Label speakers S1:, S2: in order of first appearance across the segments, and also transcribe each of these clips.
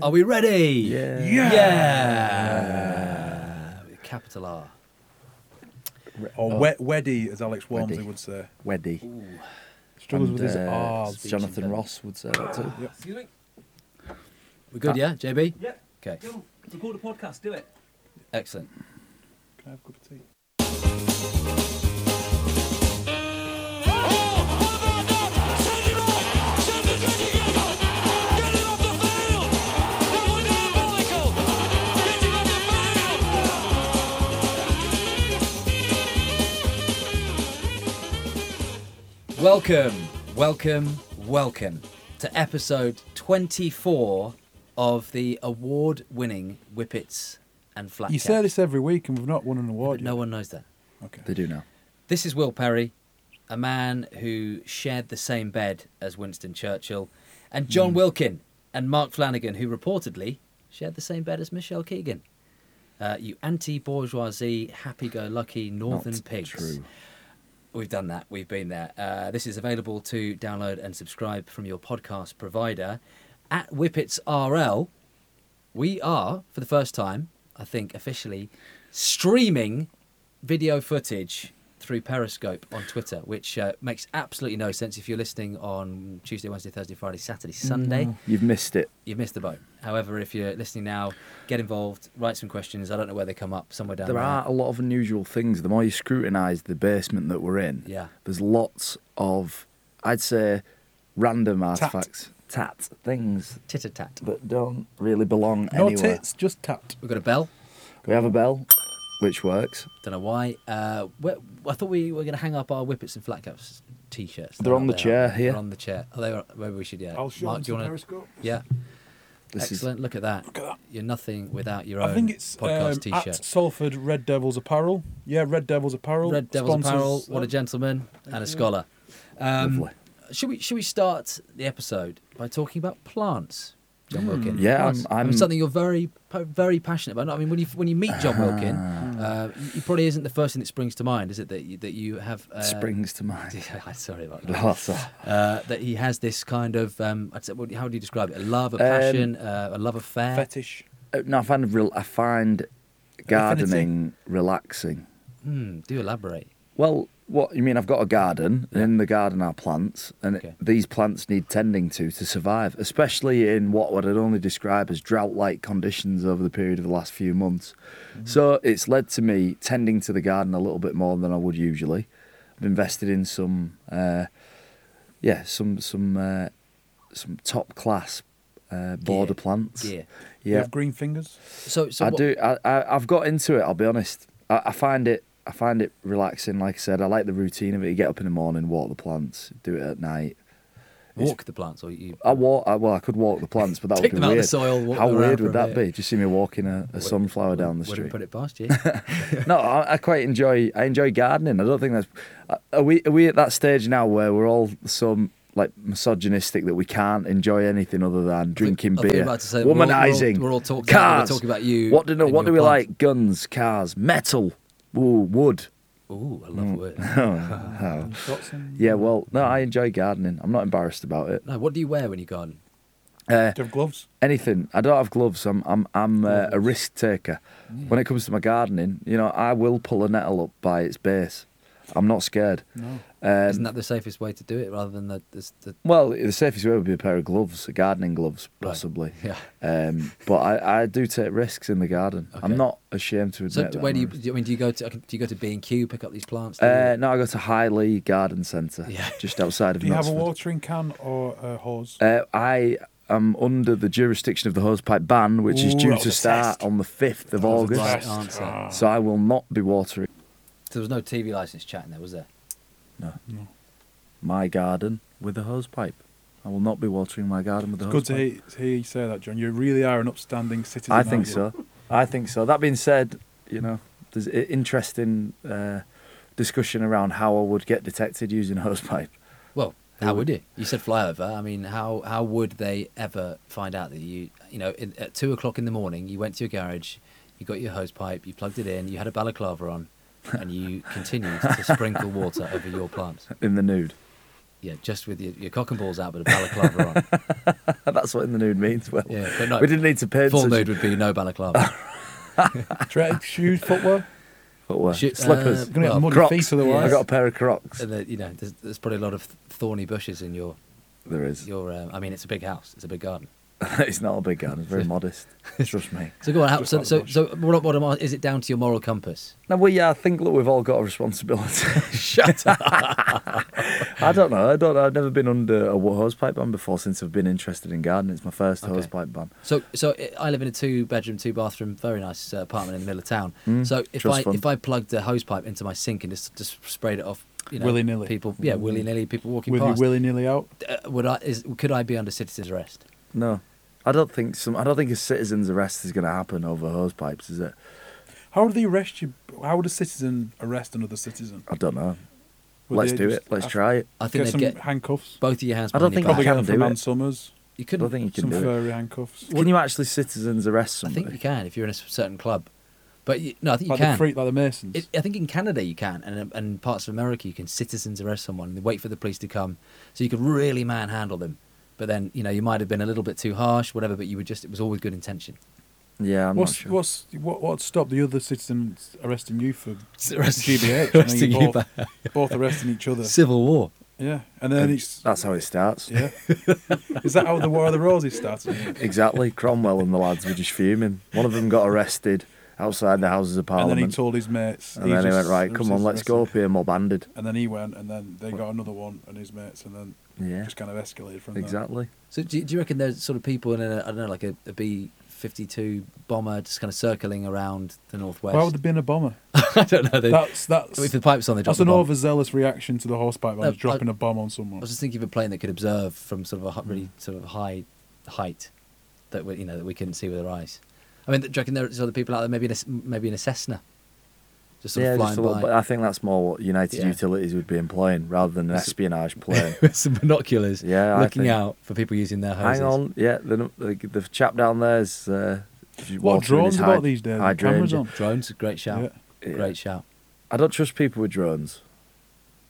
S1: Are we ready?
S2: Yeah.
S1: Yeah. With capital R.
S3: Or wed Oh. weddy, as Alex Walmsley
S2: Weddy.
S3: would say.
S2: Oh, Weddy.
S4: Struggles with his
S2: uh,
S4: R's.
S2: Jonathan
S1: Speech
S2: Ross would say that too.
S3: Yep.
S5: Excuse me.
S1: We're good, yeah, JB?
S5: Yep.
S1: Okay,
S5: Go. Record a podcast. Do it.
S1: excellent.
S3: Can I have a cup of tea?
S1: Welcome, welcome, welcome to episode 24 of the award winning Whippets and Flat
S3: You say this every week, and we've not won an award.
S1: but no one knows that.
S3: yet. Okay.
S2: They do now.
S1: This is Will Perry, a man who shared the same bed as Winston Churchill, and John
S2: Hmm.
S1: Wilkin and Mark Flanagan, who reportedly shared the same bed as Michelle Keegan. Uh, you anti bourgeoisie, happy go lucky northern
S2: Not
S1: pigs.
S2: True.
S1: We've done that. We've been there. Uh, this is available to download and subscribe from your podcast provider. At Whippets RL, we are, for the first time, I think, officially streaming video footage through Periscope on Twitter, which uh, makes absolutely no sense if you're listening on Tuesday, Wednesday, Thursday, Friday, Saturday, Sunday
S2: You've missed it.
S1: you missed the boat. However, if you're listening now, get involved, write some questions. I don't know where they come up, somewhere down
S2: There
S1: the line.
S2: are a lot of unusual things. The more you scrutinise the basement that we're in,
S1: Yeah.
S2: there's lots of, I'd say, random artifacts, tat things
S1: Tit a tat.
S2: that don't really belong
S3: No
S2: anywhere.
S3: tits, just tat.
S1: We've got a bell.
S2: We have a bell, which works.
S1: Don't know why. Uh, where, I thought we were going to hang up our whippets and flat caps t-shirts.
S2: They're on the
S1: out
S2: chair
S1: They're
S2: here.
S1: on the chair. Oh, they are, maybe we should. Yeah.
S4: I'll show
S1: Mark,
S4: him
S1: do you
S4: some
S1: wanna-
S4: Periscope.
S1: Yeah.
S2: This is-
S1: Excellent. Look at that.
S3: Look at that.
S1: You're nothing without your own
S3: I think it's
S1: podcast
S3: um,
S1: t-shirt.
S3: at Salford Red Devils Apparel. Yeah, Red Devils Apparel.
S1: Red Devil's
S3: Sponsors- uh,
S1: apparel. What a gentleman and a scholar. Um,
S2: Lovely.
S1: should we should we start the episode by talking about plants,
S3: Mm.
S1: John Wilkin?
S2: Yeah,
S1: Plants.
S2: I'm-
S1: I mean,
S2: I'm-
S1: something you're very very passionate about. I mean, when you when you meet John
S3: Ah.
S1: Wilkin, uh, he probably isn't the first thing that springs to mind, is it? That you, that you have uh,
S2: Springs to mind.
S1: Sorry about that.
S2: Lots of-
S1: Uh, that he has this kind of um, I'd say, what- how do you describe it? A love, a
S2: Um,
S1: passion, uh, a love affair.
S3: Fetish.
S2: Uh, no, I find real, I find gardening relaxing.
S1: Hmm, do elaborate.
S2: Well, what you mean? I've got a garden, and in the garden are plants, and
S1: Okay.
S2: it, these plants need tending to to survive, especially in what would I'd only describe as drought-like conditions over the period of the last few months.
S1: Mm-hmm.
S2: So it's led to me tending to the garden a little bit more than I would usually. I've invested in some, uh, yeah, some some uh, some top-class uh, border plants.
S1: Yeah.
S3: You
S2: yeah.
S3: have green fingers.
S1: So, so
S2: I
S1: what-
S2: do. I, I I've got into it. I'll be honest. I, I find it. I find it relaxing. Like I said, I like the routine of it. You get up in the morning, walk the plants, do it at night.
S1: Walk the plants, or you
S2: I walk. I, well, I could walk the plants, but that
S1: Take
S2: would be
S1: them out of the
S2: weird.
S1: soil, walk
S2: How
S1: them around
S2: weird
S1: for a
S2: would that
S1: bit.
S2: be? Just see me walking a, a sunflower down the
S1: wouldn't
S2: street.
S1: put it past you.
S2: no, I, I quite enjoy. I enjoy gardening. I don't think that's. Are we? Are we at that stage now where we're all some like misogynistic that we can't enjoy anything other than drinking
S1: I thought you
S2: beer,
S1: were about to say, we're all- we're all-
S2: womanizing,
S1: we're all talking- we're
S2: cars.
S1: talking about you
S2: What do no,
S1: and
S2: What do
S1: your
S2: we
S1: plants.
S2: like? Guns, cars, metal, ooh, wood.
S1: Ooh, I
S2: Mm.
S1: love words.
S2: Oh.
S3: Got some.
S2: Yeah, well, no, I enjoy gardening. I'm not embarrassed about it.
S1: No, what do you wear when you garden?
S2: Uh,
S3: Do you have gloves?
S2: anything. I don't have gloves. I'm I'm I'm uh, a risk taker. When it comes to my gardening, you know, I will pull a nettle up by its base. I'm not scared.
S3: No.
S2: Um,
S1: Isn't that the safest way to do it, rather than the, the, the
S2: Well, the safest way would be a pair of gloves, gardening gloves,
S1: Right.
S2: possibly.
S1: yeah?
S2: Um, but I, I do take risks in the garden.
S1: Okay.
S2: I'm not ashamed to admit
S1: So, do,
S2: that.
S1: where do you?
S2: I'm
S1: do you- I mean, do you go to? Do you go to B and Q pick up these plants?
S2: a- Uh, no, I go to Highley Garden Centre,
S1: Yeah.
S2: just outside of
S3: Do you have a
S2: Knutsford.
S3: watering can or a hose?
S2: Uh, I am under the jurisdiction of the hosepipe ban, which is
S3: Ooh,
S2: due
S3: that
S2: to
S3: was a
S2: start
S3: test.
S2: on the 5th of
S3: That was a
S1: the
S2: August.
S1: right
S3: Yes.
S1: answer.
S3: Ah.
S2: So I will not be watering
S1: There was no TV license chat in there, was there?
S2: my garden with a hosepipe. I will not be watering my garden with a
S3: Good
S2: hosepipe.
S3: to hear, to hear you say that, John. You really are an upstanding citizen.
S2: I think
S3: aren't you?
S2: so. I think so. That being said, you know, there's i- interesting uh, discussion around how I would get detected using hosepipe.
S1: Well, how would you? You said flyover. I mean, how how would they ever find out that you you know in, at two o'clock in the morning you went to your garage, you got your hose pipe, you plugged it in, you had a balaclava on, and you continued to sprinkle water over your plants?
S2: in the nude.
S1: yeah, just with your, your cock and balls out, but a balaclava on.
S2: That's what in the nude means. Well,
S1: Yeah, but no.
S2: we didn't need to paint
S1: Full
S2: such
S1: nude would be no balaclava. Uh,
S3: Dress, shoes, footwear.
S2: footwear.
S1: Shit,
S2: Slippers.
S1: uh,
S3: You're gonna
S1: Well,
S3: have muddy
S2: Crocs.
S3: feet otherwise.
S2: I got a pair of Crocs.
S1: and the, you know, there's, there's probably a lot of thorny bushes in your
S2: There is.
S1: your. Um, I mean, it's a big house. It's a big garden.
S2: it's not a big garden. It's very modest. Trust me.
S1: So go on. How,
S3: Just
S1: so
S3: like a
S1: so,
S3: bush.
S1: so what, what am I, is it down to your moral compass?
S2: No, well, yeah, I uh, think look, we've all got a responsibility. Shut up. I don't know. I don't. I've never been under a wa- hosepipe ban before since I've been interested in gardening. It's my first
S1: Okay.
S2: hosepipe ban.
S1: So so I- I live in a two bedroom, two bathroom, very nice uh, apartment in the middle of town.
S2: Mm,
S1: so if
S2: just
S1: I
S2: fun.
S1: if I plugged a hose pipe into my sink and just just sprayed it off, you know,
S3: Willy-nilly.
S1: people, yeah,
S2: Mm-hmm.
S1: willy nilly, people walking
S3: With you
S1: past.
S3: willy nilly out.
S1: uh, would I is could I be under citizen's arrest?
S2: No, I don't think some. I don't think a citizen's arrest is going to happen over hosepipes, is it?
S3: How would they arrest you? How would a citizen arrest another citizen?
S2: I don't know.
S3: Would
S2: Uh, Let's
S3: they
S2: do
S3: just
S2: it. Let's
S3: have-
S2: try it.
S1: I think
S3: get
S1: they'd
S3: some
S1: get
S3: handcuffs.
S1: both of your hands.
S2: I
S1: behind
S2: don't
S1: your
S2: think
S1: back.
S3: Probably
S2: can
S3: get them
S2: do
S3: from
S2: it.
S3: Ann Summers.
S1: you
S2: I
S1: couldn't.
S2: don't think you can
S3: Some
S2: do it.
S3: furry handcuffs.
S2: Can you actually citizens arrest
S1: I
S2: somebody?
S1: think you can if you're in a certain club, but you, no, I think you
S3: Like the
S1: can.
S3: freak, like the Masons.
S1: It, I think in Canada you can, and and parts of America you can citizens arrest someone and wait for the police to come, so you could really manhandle them. But then you know you might have been a little bit too harsh, whatever. But you were just it was always good intention.
S2: Yeah, I'm
S3: what's
S2: not sure.
S3: what's what what stopped the other citizens arresting you for
S1: Arresting-
S3: GBH? And then
S1: arresting you
S3: you both, both arresting each other.
S1: Civil war.
S3: Yeah, and then it's
S2: That's how it starts.
S3: yeah. Is that how the War of the Roses started?
S2: Exactly. Cromwell and the lads were just fuming. One of them got arrested outside the Houses of
S3: And
S2: Parliament.
S3: then he told his mates.
S2: And then he
S3: just-
S2: went, right,
S3: there
S2: come on,
S3: was this
S2: let's go up
S3: wrestling.
S2: here, mob handed.
S3: And then he went, and then they got another one and his mates, and then
S2: Yeah,
S3: just kind of escalated from
S2: exactly.
S1: So do, do you reckon there's sort of people in a I don't know like a, a B fifty two bomber just kind of circling around the
S3: there.
S1: northwest?
S3: Why would there be a bomber?
S1: I don't know. They,
S3: That's
S1: if
S3: that's
S1: the pipes on, they drop
S3: that's
S1: the
S3: an
S1: bomb.
S3: overzealous reaction to the horseback
S1: No,
S3: man
S1: I-
S3: dropping a bomb on someone.
S1: I was just thinking of a plane that could observe from sort of a hu- really
S2: Hmm.
S1: sort of high height that we, you know that we couldn't see with our eyes. I mean, do you reckon there's other people out there maybe in a, s- maybe in a Cessna, just sort
S2: Yeah,
S1: of flying
S2: just a little,
S1: by
S2: but I think that's more what United
S1: Yeah.
S2: Utilities would be employing rather than an espionage plane.
S1: with some binoculars,
S2: Yeah, I
S1: looking
S2: think-
S1: out for people using their hoses.
S2: Hang on, yeah, the, n- the, the chap down there is. Uh,
S3: What
S2: watering his
S3: drones about
S2: hyd-
S3: these days? The
S2: hydrangea.
S3: Cameras on.
S1: drones, great shout,
S2: Yeah.
S1: great shout.
S2: I don't trust people with drones.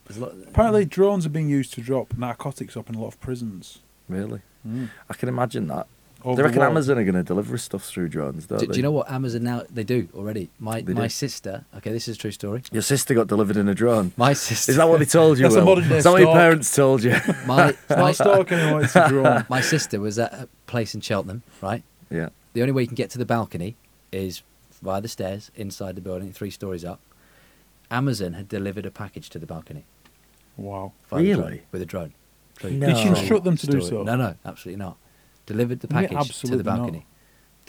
S1: There's a lot-
S3: Apparently, drones are being used to drop narcotics up in a lot of prisons.
S2: Really,
S3: Mm.
S2: I can imagine that.
S3: Over
S2: they
S3: the
S2: Hmm. reckon
S3: wall.
S2: Amazon are going to deliver us stuff through drones, don't
S1: Do,
S2: they?
S1: do you know what Amazon now they do already? My
S2: They
S1: my
S2: do.
S1: sister. Okay, this is a true story.
S2: Your sister got delivered in a drone.
S1: My sister.
S2: Is that what they told you?
S3: That's a
S2: Will?
S3: modern day
S2: Is that what your
S3: stalk.
S2: parents told you?
S1: my my,
S3: Not stalking anyone, it's a drone.
S1: my sister was at a place in Cheltenham, right?
S2: yeah.
S1: the only way you can get to the balcony is via the stairs inside the building, three stories up. Amazon had delivered a package to the balcony.
S3: Wow.
S1: via the
S2: Really?
S1: drone- with a drone. True-
S2: Did you
S1: true
S3: instruct them to do so?
S1: No, no, absolutely not. Delivered the
S3: Yeah,
S1: package to the
S3: absolutely not.
S1: balcony.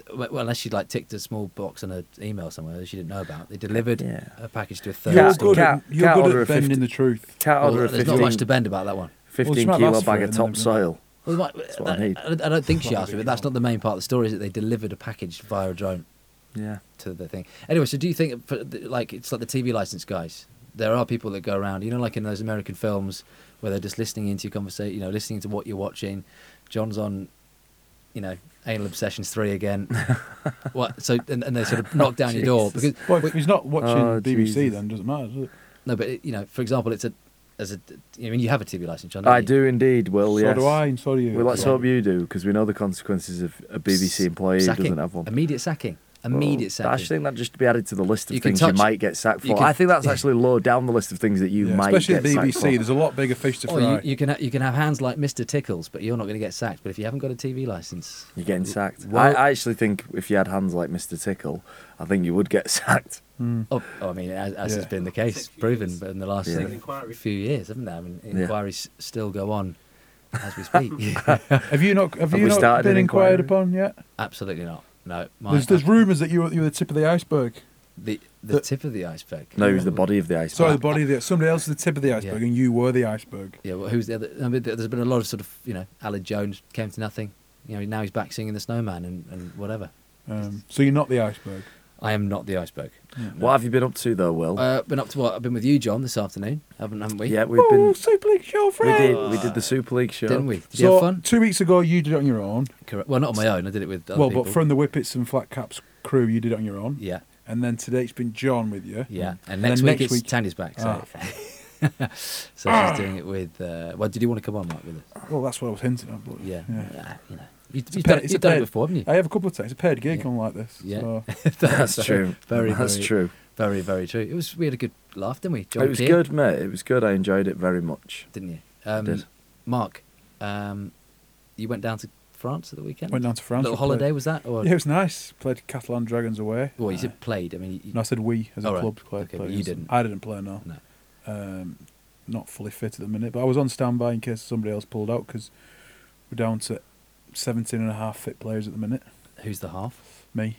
S1: Th- Well, unless she'd like ticked a small box on her email somewhere that she didn't know about. They delivered
S2: Yeah.
S1: a package to a third
S3: You're
S2: Cat-
S1: story.
S3: good, at,
S2: cat-
S3: you're
S2: cat
S3: good
S2: order
S3: at
S2: of
S3: bending
S2: 50.
S3: the truth.
S2: Can't
S1: Well,
S2: order a
S1: there's not much
S2: 15,
S1: to bend about that one.
S3: Well, she
S2: 15
S3: might
S2: kilo
S3: ask for
S2: bag
S3: it
S2: of
S3: and then-
S2: topsoil.
S1: Well, my-
S2: what I
S1: I,
S2: need.
S1: I don't- I don't think she
S3: Might
S1: asked
S3: be
S1: me, but that's not
S3: wrong.
S1: the main part of the story. Is that they delivered a package via a drone.
S2: Yeah.
S1: to the thing. Anyway, so do you think, for the- like, it's like the TV license guys? There are people that go around, you know, like in those American films where they're just listening into your conversation, you know, listening to what you're watching. John's on, you know, Anal Obsessions 3 again. what? So, and, and they sort of knock down your door. Because,
S3: Well, if he's not watching
S2: Oh,
S3: BBC,
S2: Jesus.
S3: then doesn't matter, does it?
S1: no, but, it, you know, for example, it's a, as a, I mean, you have a TV license, John. don't
S2: I
S1: you?
S2: do indeed, Will.
S3: So
S2: Oh, yes.
S3: do I, and so do you.
S2: Well, let's
S3: Yeah.
S2: hope you do, because we know the consequences of a BBC employee who
S1: Sacking.
S2: doesn't have one. Oh,
S1: Immediate sacking. Immediate
S2: Well, I
S1: sacking.
S2: just think that just to be added to the list of
S1: You can
S2: things
S1: touch-
S2: you might get sacked
S1: you
S2: for.
S1: can-
S2: I think that's actually low down the list of things that you
S3: Yeah,
S2: might
S3: Especially
S2: get
S3: the
S2: sacked for.
S3: BBC, there's a lot bigger fish to
S1: Or
S3: fry.
S1: Oh, you, you can ha- you can have hands like Mr. Tickles, but you're not going to get sacked. But if you haven't got a TV license,
S2: You're getting sacked.
S1: Well-
S2: I, I actually think if you had hands like Mr. Tickle, I think you would get sacked.
S1: Oh, oh, I mean, as, as has
S3: Yeah.
S1: been the case,
S6: few
S1: proven
S6: years.
S1: but in the last
S2: Yeah.
S1: thing-
S6: Inquiry.
S1: few years, haven't they? I mean,
S2: Yeah.
S1: inquiries still go on as we speak.
S3: have you not, have
S2: Have
S3: you
S2: we
S3: not
S2: started
S3: been
S2: an
S3: inquired
S2: inquiry?
S3: upon yet?
S1: Absolutely not. No, my, uh,
S3: There's, there's rumours that you were, you were the tip of the iceberg.
S1: the, the
S3: the-
S1: tip of the iceberg.
S2: No, he was the body of the iceberg.
S3: Sorry, the body of the, somebody else is the tip of the iceberg,
S1: Yeah.
S3: and you were the iceberg.
S1: Yeah, well, who's the other? I mean, there- there's been a lot of sort of, you know, Alan Jones came to nothing. You know, now he's back singing the Snowman and, and whatever.
S3: Um, so you're not the iceberg.
S1: I am not the iceberg.
S2: What have you been up to though,
S3: Oh.
S2: Will?
S1: Uh, been up to what? I've been with you, John, this afternoon, haven't haven't we?
S2: yeah, we've
S3: Oh,
S2: been.
S3: Super League show,
S2: We
S3: Fred!
S2: did. We did the Super League show.
S1: Didn't we? Did
S3: so
S1: you have fun?
S3: two weeks ago, you did it on your own.
S1: Correct. Well, not on my own. I did it with other
S3: well,
S1: people.
S3: but from the Whippets and Flat Caps crew, you did it on your own.
S1: yeah,
S3: Mm. And then today it's been John with you.
S1: yeah. And
S3: then
S1: next week
S3: next
S1: it's
S3: week-
S1: Tanya's back. So.
S3: Ah.
S1: so she's doing it with. Uh, well, did you want to come on, Mark, with us?
S3: Well, oh, that's what I was hinting at. But
S1: Yeah. Ah, you know, you,
S3: Um, It's a
S1: you've
S3: paid-
S1: done, it-
S3: it's a
S1: you've done it
S3: paid-
S1: before, haven't you?
S3: I have a couple of times. It's a paid gig
S1: Yeah.
S3: on like this.
S1: Yeah.
S3: So.
S2: That's true.
S1: Very,
S2: That's
S1: very,
S2: true.
S1: Very, very true. It was we had a good laugh, didn't we? John
S2: It was
S1: Deere,
S2: good, mate. It was good. I enjoyed it very much.
S1: didn't you? Um,
S2: did.
S1: Mark, um, you went down to France at the weekend.
S3: Went down to France.
S1: Little
S3: we played-
S1: holiday was that, or
S3: Yeah, it was Uh, nice. Played Catalan Dragons away.
S1: well, you said played. I mean, you,
S3: No, I said we as a
S1: All right.
S3: club. Played,
S1: Okay, but
S3: played
S1: you
S3: against them.
S1: didn't.
S3: I didn't play, no.
S1: no.
S3: Um, not fully fit at the minute, but I was on standby in case somebody else pulled out because we're down to 17 and a half fit players at the minute.
S1: Who's the half?
S3: Me.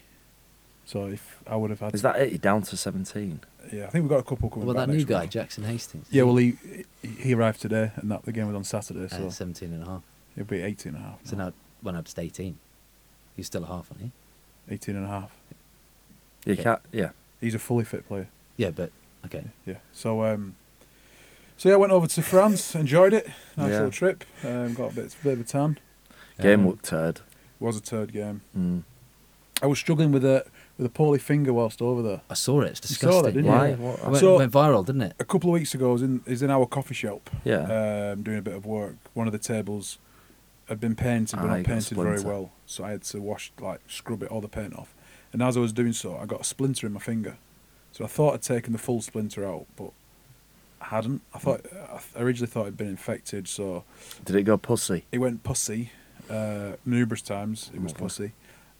S3: So if I would have had.
S2: Is that it? You're down to 17.
S3: Yeah, I think we've got a couple coming
S1: Well,
S3: back
S1: that new
S3: next
S1: guy,
S3: week.
S1: Jackson Hastings.
S3: Yeah, well, he he arrived today, and that the game was on Saturday,
S1: uh,
S3: so
S1: 17 and a half.
S3: it'll be 18 and a half.
S1: So now went up to 18. He's still a half, aren't he?
S3: 18 and a half.
S2: You
S1: Okay.
S2: can't. Yeah.
S3: He's a fully fit player.
S1: Yeah, but okay.
S3: Yeah. So um, so yeah, I went over to France, enjoyed it. Nice
S2: Yeah.
S3: little trip. Um, got a bit, bit of a tan.
S2: Game
S1: Um,
S2: looked turd.
S3: Was a third game.
S2: Mm.
S3: I was struggling with a with a poorly finger whilst over there.
S1: I saw it. It's disgusting.
S3: saw that, didn't you?
S2: Why?
S3: Yeah.
S1: It
S2: What?
S1: went,
S3: So-
S1: went viral, didn't it?
S3: A couple of weeks ago, I was in is in our coffee shop.
S2: Yeah.
S3: Um, doing a bit of work. One of the tables had been painted,
S2: Ah,
S3: but
S2: you
S3: not
S2: got a
S3: painted very
S2: splinter.
S3: well, so I had to wash like scrub it all the paint off. And as I was doing so, I got a splinter in my finger. So I thought I'd taken the full splinter out, but I hadn't. I thought I th- originally thought it'd been infected, so
S2: Did it go pussy?
S3: it went pussy uh, numerous times. It was
S2: Mhm.
S3: pussy,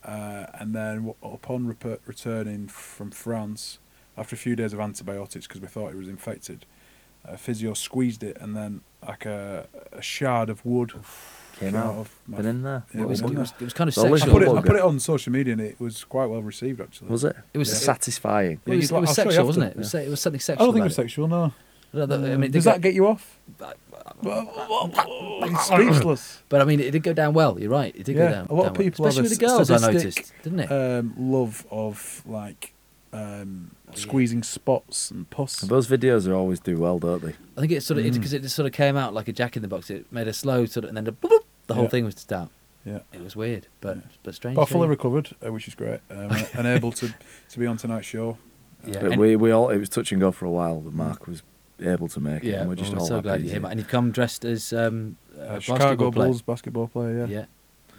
S3: uh, and then w- upon reper- returning from France, after a few days of antibiotics because we thought it was infected, a physio squeezed it, and then like a, a shard of wood
S2: Came out. uh,
S3: of my.
S2: Been in there.
S1: It
S3: Yeah, It
S1: was,
S3: was-
S1: it was, it was kind of
S2: Well, at least
S3: I
S1: sexual.
S3: put it. I
S2: Bugger.
S3: put it on social media, and it was quite well received actually.
S2: Was it?
S1: It was
S3: Yeah.
S2: satisfying.
S1: Well, it was,
S3: It's like-
S1: it was
S3: I'll show you
S1: sexual, wasn't it?
S2: after.
S1: It was, se- it was something
S3: I
S1: sexual.
S3: don't think
S1: about
S3: it was sexual. No.
S1: No, that- I mean,
S3: Does
S1: they
S3: that
S1: got-
S3: get you off? It's speechless.
S1: But I mean, it did go down well. You're right. It did
S3: Yeah,
S1: go down.
S3: a lot of
S1: down well.
S3: people have
S1: especially
S3: a
S1: with the girls, I
S3: statistic,
S1: noticed, didn't it?
S3: um, love of like um, squeezing spots and pus.
S2: Those videos are always do well, don't they?
S1: I think it sort of
S3: mm.
S1: because it, just sort of came out like a jack in the box. It made a slow sort of, and then the, boop, boop, the whole
S3: Yeah.
S1: thing was just out.
S3: Yeah,
S1: It was weird, but but strange.
S3: but I fully recovered, uh, which is great, um, and able to to be on tonight's show.
S1: yeah,
S2: But
S1: and-
S2: we we all it was touch and go for a while, but Mark was able to make it.
S1: yeah.
S2: and we're just
S1: well,
S2: all
S1: so
S2: happy
S1: glad
S2: he's
S1: you're here,
S2: here.
S1: mate. And you come dressed as um, a
S3: Uh,
S1: basketball
S3: Chicago
S1: player.
S3: Bulls basketball player. Yeah.
S1: Yeah,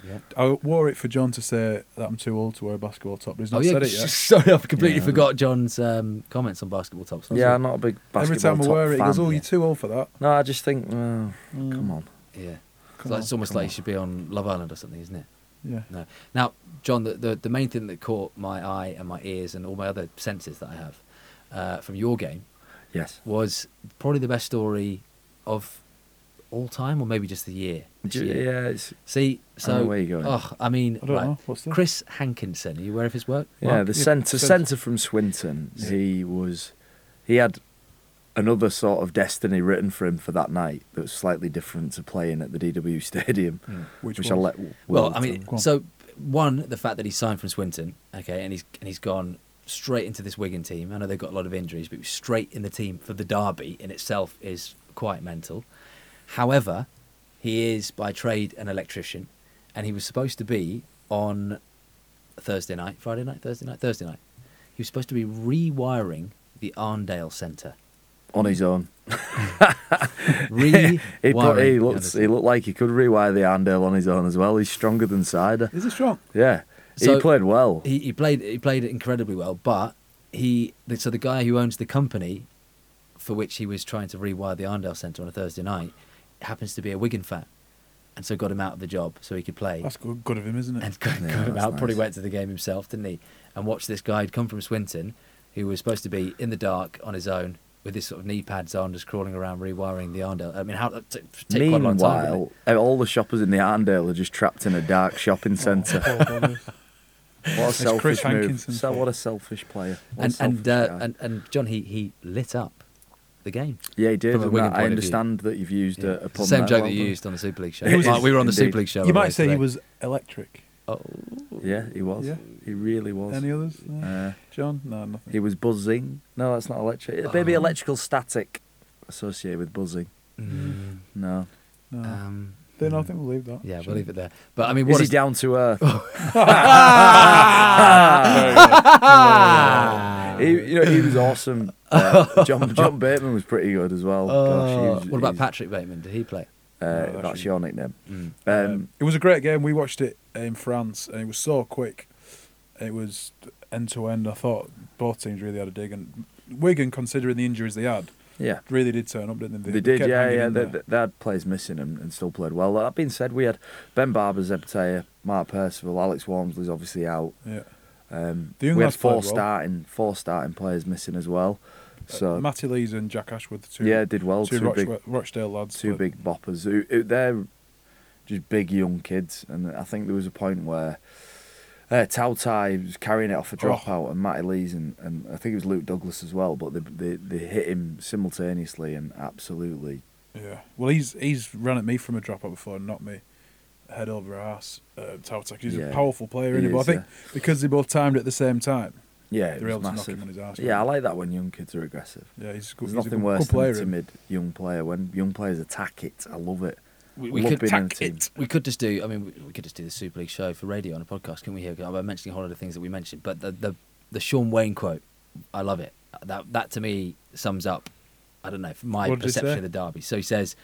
S1: yeah.
S3: I wore it for John to say that I'm too old to wear a basketball top, but he's
S1: Oh
S3: not
S1: yeah,
S3: said it yet.
S1: sorry, I've completely
S2: Yeah.
S1: forgot John's um, comments on basketball tops.
S2: Yeah, I'm not a big basketball
S3: Every time I
S2: top
S3: wear it, he
S2: fan.
S3: goes, "Oh,
S1: yeah.
S3: you're too old for that." Mm.
S2: No, I just think, oh, come on.
S1: yeah.
S3: Come
S1: So it's
S3: on,
S1: almost like
S2: come on.
S1: you should be on Love Island or something, isn't it?
S3: Yeah,
S1: No. Now, John, the, the, the main thing that caught my eye and my ears and all my other senses that I have uh, from your game
S2: Yes.
S1: was probably the best story of all time, or maybe just the year. this
S2: Do you-
S1: year.
S2: yeah, it's,
S1: See, so.
S2: know where you're going.
S1: Oh, I mean,
S3: I don't
S1: right.
S3: know. What's this?
S1: Chris Hankinson, are you aware of his work?
S2: yeah.
S3: Mark,
S2: the
S3: yeah,
S2: centre
S3: so-
S2: centre from Swinton.
S3: Yeah.
S2: He was, he had another sort of destiny written for him for that night that was slightly different to playing at the DW Stadium,
S3: Which
S2: which, I
S3: was-
S2: let.
S1: Well,
S2: Will
S1: I mean,
S2: tell.
S3: Go on.
S1: so one, the fact that he signed from Swinton, okay, and he's and he's gone straight into this Wigan team. I know they've got a lot of injuries, but he was straight in the team for the derby in itself is quite mental. However, he is by trade an electrician, and he was supposed to be on Thursday night, Friday night, Thursday night, Thursday night. He was supposed to be rewiring the Arndale Centre.
S2: on his own.
S1: Rewiring.
S2: He, put, he
S1: the
S2: looked
S1: Arndale
S2: he looked like he could rewire the Arndale on his own as well. He's stronger than Cider.
S3: is it strong?
S2: Yeah,
S1: So-
S2: he played well.
S1: he, he played he played it incredibly well, but he the- so the guy who owns the company for which he was trying to rewire the Arndale Centre on a Thursday night happens to be a Wigan fan, and so got him out of the job so he could play
S3: That's good, good of him, isn't it?
S1: and got,
S2: Yeah,
S1: got him
S2: that's
S1: out. Probably
S2: nice.
S1: went to the game himself, didn't he? And watched this guy who'd come from Swinton, who was supposed to be in the dark on his own with his sort of knee pads on, just crawling around rewiring the Arndale. I mean, how that t- take quite a long time. wouldn't it?
S2: Meanwhile, all the shoppers in the Arndale are just trapped in a dark
S1: Oh.
S2: shopping centre. What a
S3: It's
S2: selfish
S3: Chris
S2: move.
S3: Hankinson's
S2: So
S3: fault.
S2: what a selfish player. What a
S1: and and,
S2: selfish
S1: uh,
S2: guy.
S1: and and John, he he lit up the game.
S2: yeah, he did.
S1: from a
S2: and
S1: Wigan
S2: that-
S1: point
S2: I
S1: of view.
S2: understand that uh, you've used
S1: Yeah.
S2: a, a
S1: It's
S2: pun
S1: the same
S2: there,
S1: joke
S2: well
S1: that you
S2: done.
S1: used on the Super League show.
S3: It was-
S1: Mark, we were on the
S2: Indeed.
S1: Super League show.
S3: you
S1: by the way,
S3: might say he
S1: today.
S3: was electric.
S1: Oh,
S2: Yeah, he was.
S3: Yeah.
S2: He really was.
S3: Any others? No.
S2: Uh,
S3: John? No, nothing.
S2: he was buzzing. No, that's not electric. Maybe
S1: Oh.
S2: electrical static associated with buzzing.
S1: mm,
S2: No.
S3: No.
S1: um,
S3: then I think we'll leave that.
S1: yeah,
S3: Mm. Sure.
S1: we'll leave it there. But I mean, what
S2: Is he
S1: is Oh.
S2: down to earth?
S3: Ah!
S1: Wow.
S2: He, you know, he was awesome. Uh, John John Bateman was pretty good as well. Gosh, he was-
S1: Oh, what about
S2: he's-
S1: Patrick Bateman? Did he play?
S2: Uh,
S3: No,
S2: that's
S3: Oh, actually-
S2: your nickname.
S1: Mm.
S2: Um,
S3: it was a great game. We watched it in France, and it was so quick. It was end to end. I thought both teams really had a dig, and Wigan, considering the injuries they had,
S2: yeah.
S3: really did turn up, didn't they?
S2: They did,
S3: kept
S2: yeah,
S3: hanging
S2: yeah.
S3: in
S2: They,
S3: there.
S2: they, they had players missing and, and still played well. That being said, we had Ben Barber, Zeb Taylor, Mark Percival, Alex Walmsley's obviously out.
S3: yeah.
S2: Um,
S3: The young
S2: we had
S3: lads played
S2: four
S3: well.
S2: starting, four starting players missing as well. So
S3: uh, Matty Lees and Jack Ashwood, the two,
S2: yeah, did well.
S3: two,
S2: Two,
S3: Roch-
S2: big,
S3: Rochdale lads,
S2: two
S3: but
S2: big boppers. Who, who- they're just big young kids, and I think there was a point where uh, Tao Tai was carrying it off a
S3: Oh.
S2: dropout, and Matty Lees and, and I think it was Luke Douglas as well, but they they, they hit him simultaneously and absolutely
S3: Yeah. Well, he's he's run at me from a dropout before and knocked me head over ass. Uh, Tautak. He's
S2: Yeah.
S3: a powerful player,
S2: He
S3: is But I
S2: is,
S3: think because they both timed it at the same time,
S2: yeah, it
S3: they're
S2: was
S3: able to knock
S2: massive.
S3: him on his ass.
S2: Yeah, I like that when young kids are aggressive.
S3: Yeah, he's good.
S2: There's
S3: he's a
S2: nothing
S3: good,
S2: worse
S3: good player. eh?
S2: than a
S3: him.
S2: timid young player. When young players attack it, I love it.
S1: We, we
S2: Love
S1: could
S2: being in a team.
S1: we could just do. I mean, we, we could just do the Super League show for radio on a podcast, can we? Here, 'Cause I'm mentioning a whole lot of things that we mentioned, but the the, the Sean Wayne quote, I love it. That that to me sums up. I don't know my
S3: What did he
S1: perception
S3: say?
S1: of the derby. So he says,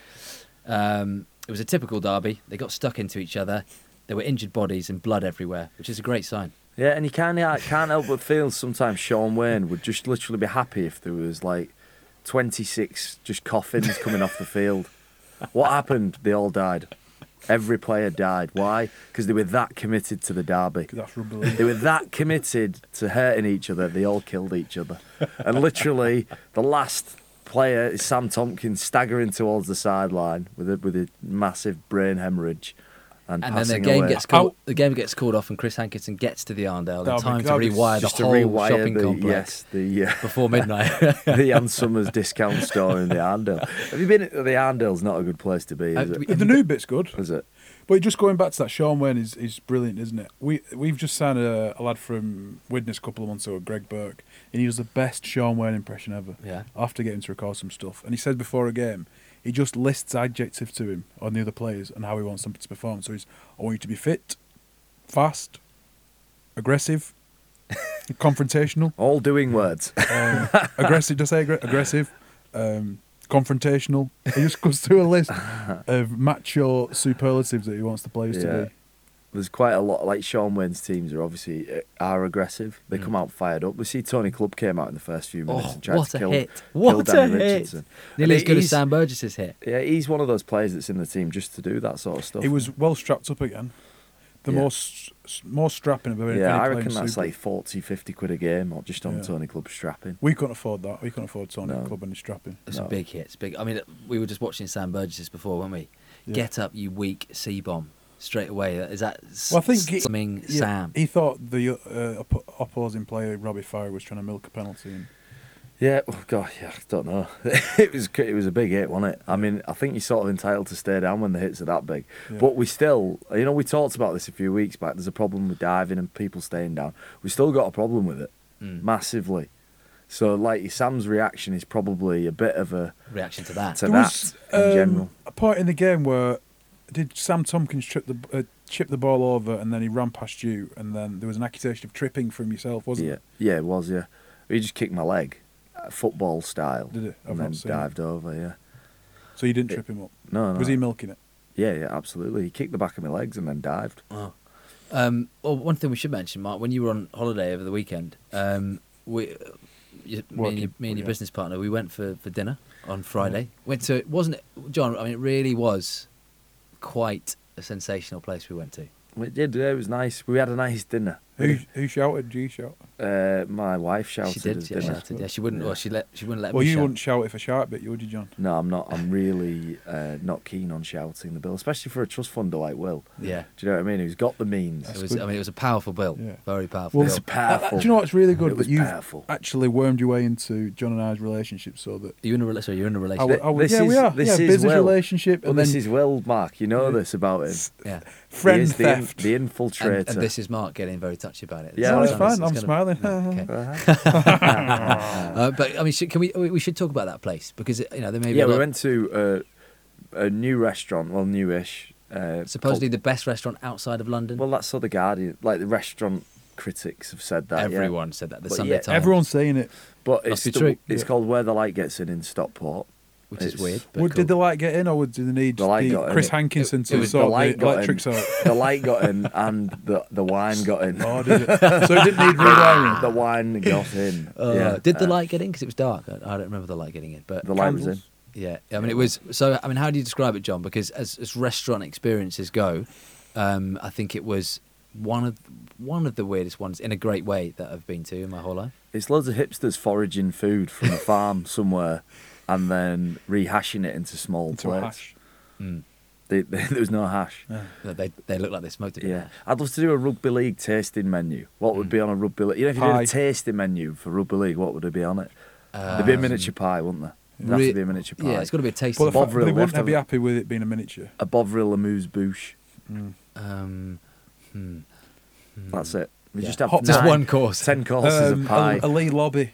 S1: um, it was a typical derby. They got stuck into each other. There were injured bodies and blood everywhere, which is a great sign.
S2: Yeah, and you can't can't help but feel sometimes Sean Wayne would just literally be happy if there was like 26 just coffins coming off the field. What happened? They all died. Every player died. Why? Because they were that committed to the derby.
S3: 'Cause that's rugby
S2: They
S3: league.
S2: were that committed to hurting each other, they all killed each other. And literally, the last player is Sam Tompkins staggering towards the sideline with a, with a massive brain hemorrhage. And,
S1: And then the
S2: passing
S1: game
S2: away.
S1: gets called, the game gets called off, and Chris Hankinson gets to the Arndale in
S3: Derby-
S1: time to
S3: Derby's
S1: rewire the
S2: just
S1: whole
S2: to rewire
S1: shopping
S2: the,
S1: complex
S2: Yes, the, uh,
S1: before midnight.
S2: the Ann Summers discount store in the Arndale. Have you been? The Arndale's not a good place to be, is
S1: Uh,
S2: it?
S1: we-
S3: the new bit's good,
S2: Is it?
S3: but just going back to that, Sean Wayne is, is brilliant, isn't it? We we've just signed a, a lad from Widnes a couple of months ago, Greg Burke, and he does the best Sean Wayne impression ever.
S1: Yeah.
S3: I have to get him to record some stuff. And he said before a game, he just lists adjectives to him on the other players and how he wants them to perform. So he's, I want you to be fit, fast, aggressive, confrontational.
S2: All doing words.
S3: Um, aggressive, did I say aggra- aggressive? Um, confrontational. He just goes through a list of macho superlatives that he wants the players
S2: Yeah.
S3: to be.
S2: There's quite a lot. Like Sean Wayne's teams are obviously uh, are aggressive. They come out fired up. We see Tony Clubb came out in the first few minutes
S1: Mm. Oh,
S2: and tried
S1: what
S2: to
S1: a
S2: kill,
S1: hit!
S2: kill
S1: What a
S2: Danny
S1: hit!
S2: Richardson.
S1: Nearly
S2: And
S1: as good as
S2: he's-
S1: Sam Burgess's hit.
S2: Yeah, he's one of those players that's in the team just to do that sort of stuff.
S3: He was well strapped up again. The
S2: Yeah.
S3: most most strapping of any
S2: Yeah, I
S3: player in
S2: reckon that's
S3: Super.
S2: like 40, 50 quid a game, or just on
S3: Yeah.
S2: Tony Clubb strapping.
S3: We couldn't afford that. We couldn't afford Tony
S2: No.
S3: Club and his strapping.
S1: There's some
S2: No.
S1: big hits. Big. I mean, we were just watching Sam Burgess's before, weren't we?
S3: Yeah.
S1: Get up, you weak C bomb. Straight away. Is that
S3: Well, I think he-
S1: something
S3: Yeah,
S1: Sam?
S3: He thought the uh, op- opposing player Robbie Fowler was trying to milk a penalty. And
S2: Yeah, oh God, yeah, I don't know. it was it was a big hit, wasn't it? I mean, I think you're sort of entitled to stay down when the hits are that big.
S3: Yeah.
S2: But we still, you know, we talked about this a few weeks back. There's a problem with diving and people staying down. We still got a problem with it
S3: Hmm.
S1: Mm.
S2: massively. So, like Sam's reaction is probably a bit of a
S1: Reaction to that.
S2: to that in
S3: um,
S2: general.
S3: a point in the game where did Sam Tompkins trip the uh, chip the ball over and then he ran past you and then there was an accusation of tripping from yourself, wasn't
S2: Yeah,
S3: it?
S2: yeah, it was. Yeah, he just kicked my leg, uh, football style.
S3: Did it? I've
S2: and
S3: not
S2: then
S3: seen it.
S2: dived over. Yeah,
S3: So you didn't
S2: It-
S3: trip him up.
S2: no, no.
S3: Was he milking it?
S2: Yeah, yeah, absolutely. He kicked the back of my legs and then dived.
S1: Oh. Um, well, one thing we should mention, Mark, when you were on holiday over the weekend, um, we, you, me and,
S3: Working, Mm-hmm.
S1: your, me and your
S3: yeah.
S1: business partner, we went for, for dinner on Friday. Went to, wasn't it, John? I mean, it really was quite a sensational place we went to.
S2: We did. Yeah, it was nice. We had a nice dinner.
S3: Who who shouted? Do you shout?
S2: Uh, my wife shouted.
S1: she did,
S2: as
S1: yeah,
S2: dinner.
S1: shouted, yeah. She wouldn't, well, she let, she wouldn't let
S3: Well,
S1: me.
S3: you
S1: shout.
S3: wouldn't shout if a shark bit you, would you, John?
S2: No, I'm not. I'm really uh, not keen on shouting the bill, especially for a trust funder like Will.
S1: Yeah.
S2: Do you know what I mean? Who's got the means?
S1: It was, I mean, it was a powerful bill.
S3: Yeah.
S1: Very powerful
S3: Well,
S1: bill.
S2: it's powerful.
S3: Uh, Do you know what's really good?
S2: It was
S3: that you've
S2: powerful.
S3: actually wormed your way into John and I's relationship so that.
S1: Are you in a relationship? You're in a
S3: I
S1: relationship.
S3: would, I would,
S2: This
S3: yeah, we
S2: is-
S3: are.
S2: this
S3: yeah,
S2: is
S3: business
S2: Will.
S3: relationship
S2: Well,
S3: and
S2: this
S3: then
S2: is Will, Mark. You know this about him.
S1: yeah.
S2: He
S3: friend
S2: is the, in-
S3: theft.
S2: the
S1: And,
S2: infiltrator.
S1: and this is Mark getting very touchy about it.
S2: Yeah, No, it's
S1: Sometimes
S3: fine. I'm
S1: gonna-
S3: smiling.
S1: Yeah, okay.
S2: Uh-huh.
S1: Uh, but I mean, should, can we? We we should talk about that place because you know there may be.
S2: yeah,
S1: a
S2: we
S1: lot-
S2: went to uh, a new restaurant. Well, newish. Uh,
S1: Supposedly
S2: called-
S1: the best restaurant outside of London.
S2: Well, that's sort of Guardian, like the restaurant critics have said that. yeah.
S1: Everyone said that. The
S2: But
S1: Sunday
S2: yeah,
S1: Times.
S3: Everyone's saying it.
S2: But
S1: Must
S2: it's
S1: be
S2: the-
S1: true.
S2: It's
S3: Yeah.
S2: called Where the Light Gets In in Stockport.
S1: which is
S2: it's-
S1: weird. But
S3: What,
S1: cool.
S3: Did the light get in, or did they need
S2: The light
S3: the
S2: got in.
S3: Chris
S2: It-
S3: Hankinson
S1: it
S3: to
S1: was-
S2: the
S3: sort
S2: light
S3: the,
S2: got
S3: electrics
S2: in.
S3: out?
S2: The light got in, and the the wine got in.
S3: Oh, did it? So it didn't need rewiring.
S2: the wine got in.
S1: Uh,
S2: yeah.
S1: Did the
S2: Uh,
S1: light get in? Because it was dark. I, I don't remember the light getting in. But
S2: the light was in?
S3: Candles?
S1: yeah, I mean, it was. So, I mean, how do you describe it, John? Because as, as restaurant experiences go, um, I think it was one of one of the weirdest ones in a great way that I've been to in my whole life.
S2: It's loads of hipsters foraging food from a farm somewhere, and then rehashing it into small
S3: Into a
S2: plates.
S3: hash.
S1: Mm.
S2: They- they- there was no hash.
S3: Yeah.
S1: That They they look like they smoked it.
S2: Yeah, I'd love to do a rugby league tasting menu. What would be
S1: Hmm.
S2: on a rugby league? You know, if you did
S3: Pie.
S2: a tasting menu for rugby league, what would it be on it?
S1: Um,
S2: There'd be a miniature pie, wouldn't there? There'd have
S1: re-
S2: to be a miniature pie.
S1: Yeah, it's got to be a tasty.
S3: But the
S1: one.
S2: Bob
S3: fact,
S2: Really
S3: they
S2: left
S3: wouldn't
S2: of
S3: be
S2: it.
S3: happy with it being a miniature.
S2: a Bovril amuse bouche.
S3: Mm.
S1: um, hmm, hmm.
S2: That's it. We
S1: Yeah.
S2: just have
S3: Hot-
S1: Just
S2: nine-
S1: one course.
S2: ten courses
S3: Um,
S2: of pie.
S3: A, a Lee Lobby.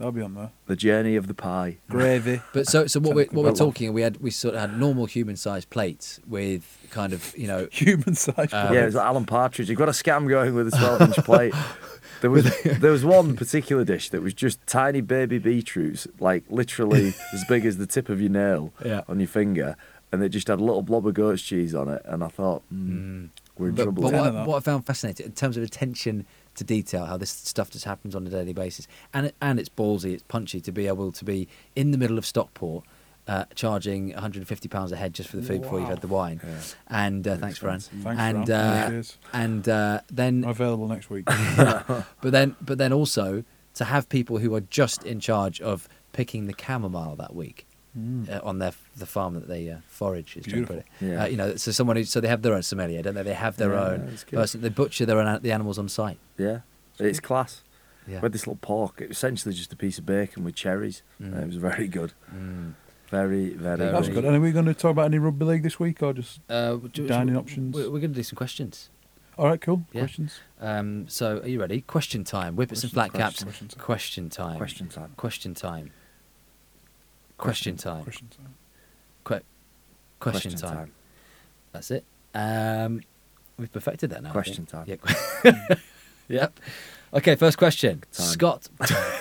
S3: That'll be on there.
S2: the journey of the pie.
S3: Gravy.
S1: But so, so what we're what we're
S2: Well, well.
S1: talking, we had we sort of had normal human-sized plates with kind of you know
S3: Human sized
S1: Uh,
S3: uh,
S2: yeah, it was like Alan Partridge. You've got a scam going with a 12 inch plate. There was there was one particular dish that was just tiny baby beetroots, like literally as big as the tip of your nail
S1: Yeah.
S2: on your finger, and it just had a little blob of goat's cheese on it. And I thought, mm, we're in
S1: Hmm. But,
S2: trouble.
S1: but
S2: here.
S1: what, I,
S3: Tenner,
S1: what I found fascinating in terms of attention to detail, how this stuff just happens on a daily basis, and it, and it's ballsy, it's punchy to be able to be in the middle of Stockport, uh, charging 150 pounds a head just for the food before you've
S3: Wow.
S1: had the wine.
S2: Yeah.
S1: And uh, thanks, Fran.
S2: expensive.
S3: Thanks,
S1: and
S3: Fran.
S1: Uh,
S3: Cheers.
S1: and uh, then
S3: Available next week.
S1: But then, but then also to have people who are just in charge of picking the chamomile that week
S3: Mm.
S1: uh, on their the farm that they uh, forage, as John put it.
S2: Beautiful. Yeah.
S1: Uh, you know, so someone who so they have their own sommelier, don't they? They have their
S2: Yeah,
S1: own
S2: that's good.
S1: person. They butcher their own, the animals on site.
S2: Yeah, it's class.
S1: Yeah.
S2: We had this little pork. It was essentially just a piece of bacon with cherries.
S1: Mm.
S2: and it was very good.
S1: Mm.
S2: Very, very
S1: That
S3: That's
S1: Very-
S3: good. And are we going to talk about any rugby league this week or just.
S1: Uh, do-
S3: Dining
S1: we-
S3: options.
S1: We're, going to do some questions.
S3: All right, cool.
S1: Yeah.
S3: Questions?
S1: Um, so, are you ready? Question time. Whippets and
S3: Question-
S1: flat caps.
S3: question- question time.
S1: Question time.
S2: Question time.
S1: Question time. Question time.
S3: Question time.
S1: Que- question time. That's it. Um, we've perfected that now. I
S2: Question
S1: think.
S2: time.
S1: Yep. yep. Okay, first question.
S2: Time.
S1: Scott.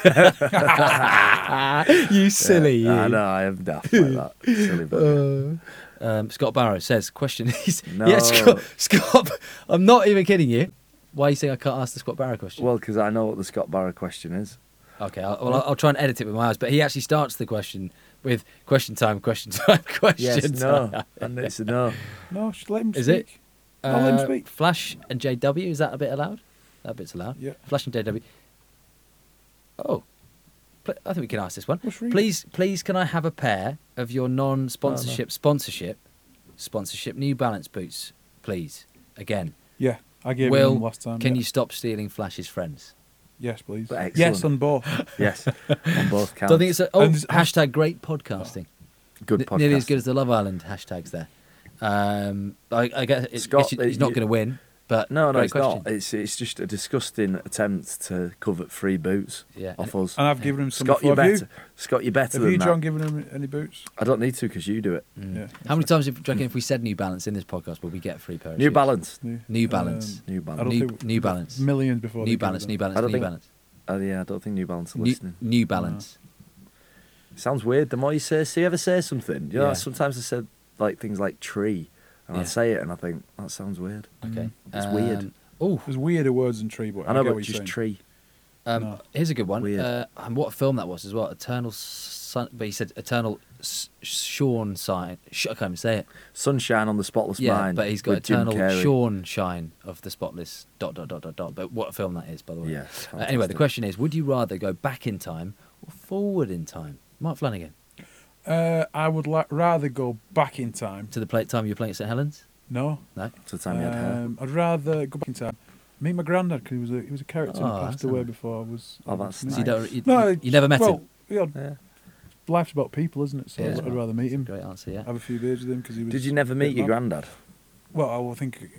S1: you silly.
S2: Yeah, I
S1: you.
S2: know, I am daft like that. Silly bugger.
S1: Um, Scott Barrow says, question is.
S2: No.
S1: Yeah, Scott, Scott, I'm not even kidding you. Why are you saying I can't ask the Scott Barrow question?
S2: Well, because I know what the Scott Barra question is.
S1: okay, I'll, well, I'll, I'll try and edit it with my eyes, but he actually starts the question with question time, question time, question
S2: Yes,
S1: time.
S2: no, and it's a no.
S3: No, just let him
S1: Is
S3: speak.
S1: it?
S3: I'll let him
S1: Uh,
S3: speak.
S1: Flash and JW, is that a bit allowed? That bit's allowed.
S3: Yeah.
S1: Flash and JW. Oh, Pl- I think we can ask this one.
S3: Let's read it.
S1: Please, please, can I have a pair of your non-sponsorship sponsorship sponsorship New Balance boots, please? Again,
S3: Yeah, I gave
S1: Will,
S3: him last time.
S1: can
S3: yeah.
S1: you stop stealing Flash's friends?
S3: Yes, please.
S2: Excellent.
S3: Yes, on both.
S2: Yes, on both counts.
S1: So I think it's a, oh
S3: And-
S1: hashtag great podcasting.
S2: Oh, good
S1: N-
S2: podcast.
S1: Nearly as good as the Love Island hashtags there. Um, I, I guess it's,
S2: Scott,
S1: it's- he's
S2: uh,
S1: not
S2: you-
S1: going to win, but
S2: no, no,
S1: great
S2: it's
S1: question.
S2: not. It's it's just a disgusting attempt to covet free boots
S1: Yeah,
S2: off us.
S3: And I've given him some.
S2: Scott, you're
S3: have
S2: better.
S3: you?
S2: Scott, you're better
S3: Have
S2: than
S3: you,
S2: that.
S3: John, given him any boots?
S2: I don't need to because you do it.
S1: Mm.
S3: Yeah.
S1: How many times do you reckon if we said New Balance in this podcast, will we get free pair? of
S2: New
S1: shoes?
S2: Balance.
S3: New,
S1: New Balance.
S2: New
S3: I don't
S2: Balance.
S1: New,
S3: think-
S1: New Balance.
S3: Millions before. they
S1: New
S3: give
S1: Balance,
S3: them.
S1: New Balance,
S2: I don't
S1: New
S2: think-
S1: Balance.
S2: Oh, yeah, I don't think New Balance are
S1: New,
S2: listening.
S1: New Balance.
S2: Sounds weird. The more you say, see, you ever say something. You know,
S1: Yeah.
S2: sometimes I said like things like tree, and
S1: Yeah.
S2: I'd say it, and I think that sounds weird.
S1: Okay.
S2: Mm. It's weird.
S1: Oh,
S3: There's weirder words than tree, but
S2: I know,
S3: get
S2: but
S3: what
S2: just
S3: you're saying.
S2: tree.
S1: um,
S3: No.
S1: here's a good one.
S2: Weird.
S1: Uh, and what a film that was as well. Eternal Sun. But he said Eternal S- Sean Shine. Sh- I can't even say it.
S2: Sunshine on the spotless
S1: Yeah,
S2: mind.
S1: but he's got
S2: with Jim
S1: Eternal
S2: Carrey.
S1: Sean Shine of the Spotless. Dot dot dot dot dot. But what a film that is, by the way.
S2: Yeah,
S1: Uh, anyway, the
S2: fantastic.
S1: question is: Would you rather go back in time or forward in time? Mark Flanagan
S3: Uh, I would la- rather go back in time.
S1: to the play- time you were playing at St Helens.
S3: No.
S1: No.
S2: To the time he had hair.
S3: Um, I'd rather go back in time. Meet my granddad because he was a he was a character
S1: Oh,
S3: who passed
S1: that's
S3: away
S1: nice.
S3: before I was.
S2: Oh, that's
S1: So you, don't,
S2: Nice.
S1: you,
S3: No,
S1: you, you never met
S3: well,
S1: him.
S3: yeah,
S2: Yeah.
S3: life's about people, isn't it? So
S1: Yeah.
S3: I'd rather meet him,
S1: Great answer, yeah.
S3: have a few beers with him because he was.
S2: Did you never
S3: a
S2: meet
S3: bit
S2: your
S3: mad.
S2: granddad?
S3: Well, I will think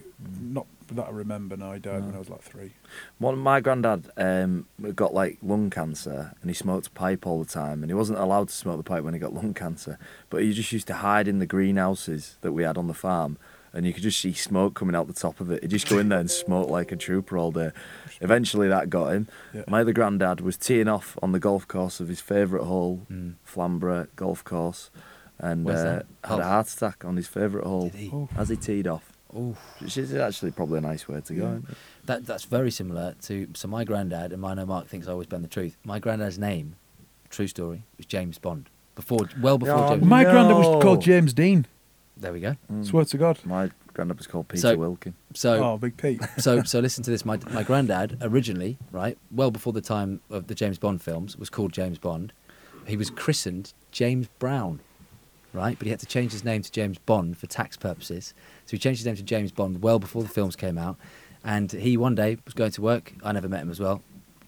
S3: not that I remember. No, I died when I was like three.
S2: One, my granddad um, got like lung cancer, and he smoked a pipe all the time, and he wasn't allowed to smoke the pipe when he got lung cancer. But he just used to hide in the greenhouses that we had on the farm, and you could just see smoke coming out the top of it. He'd just go in there and smoke like a trooper all day. Eventually, that got him.
S3: Yeah.
S2: My other granddad was teeing off on the golf course of his favourite hole, Flamborough Golf Course, and
S1: Hmm. Where's
S2: uh,
S1: that?
S2: had
S1: Oh.
S2: a heart attack on his favourite hole
S1: Did he?
S3: Oh.
S2: as he teed off.
S1: Oh,
S2: Which is actually probably a nice way to go.
S3: Yeah.
S2: isn't it?
S1: that that's very similar to. So my granddad and my know Mark thinks I always bend the truth. My granddad's name, true story, was James Bond. Before, well before
S2: Oh,
S1: James.
S3: My granddad
S2: No. Mm.
S3: was called James Dean.
S1: There we go.
S3: Swear to God.
S2: My granddad was called Peter
S1: So-
S2: Wilkin.
S1: So
S3: oh, Big Pete.
S1: so so listen to this my my granddad originally right well before the time of the James Bond films was called James Bond he was christened James Brown right but he had to change his name to James Bond for tax purposes so he changed his name to James Bond well before the films came out and he one day was going to work I never met him as well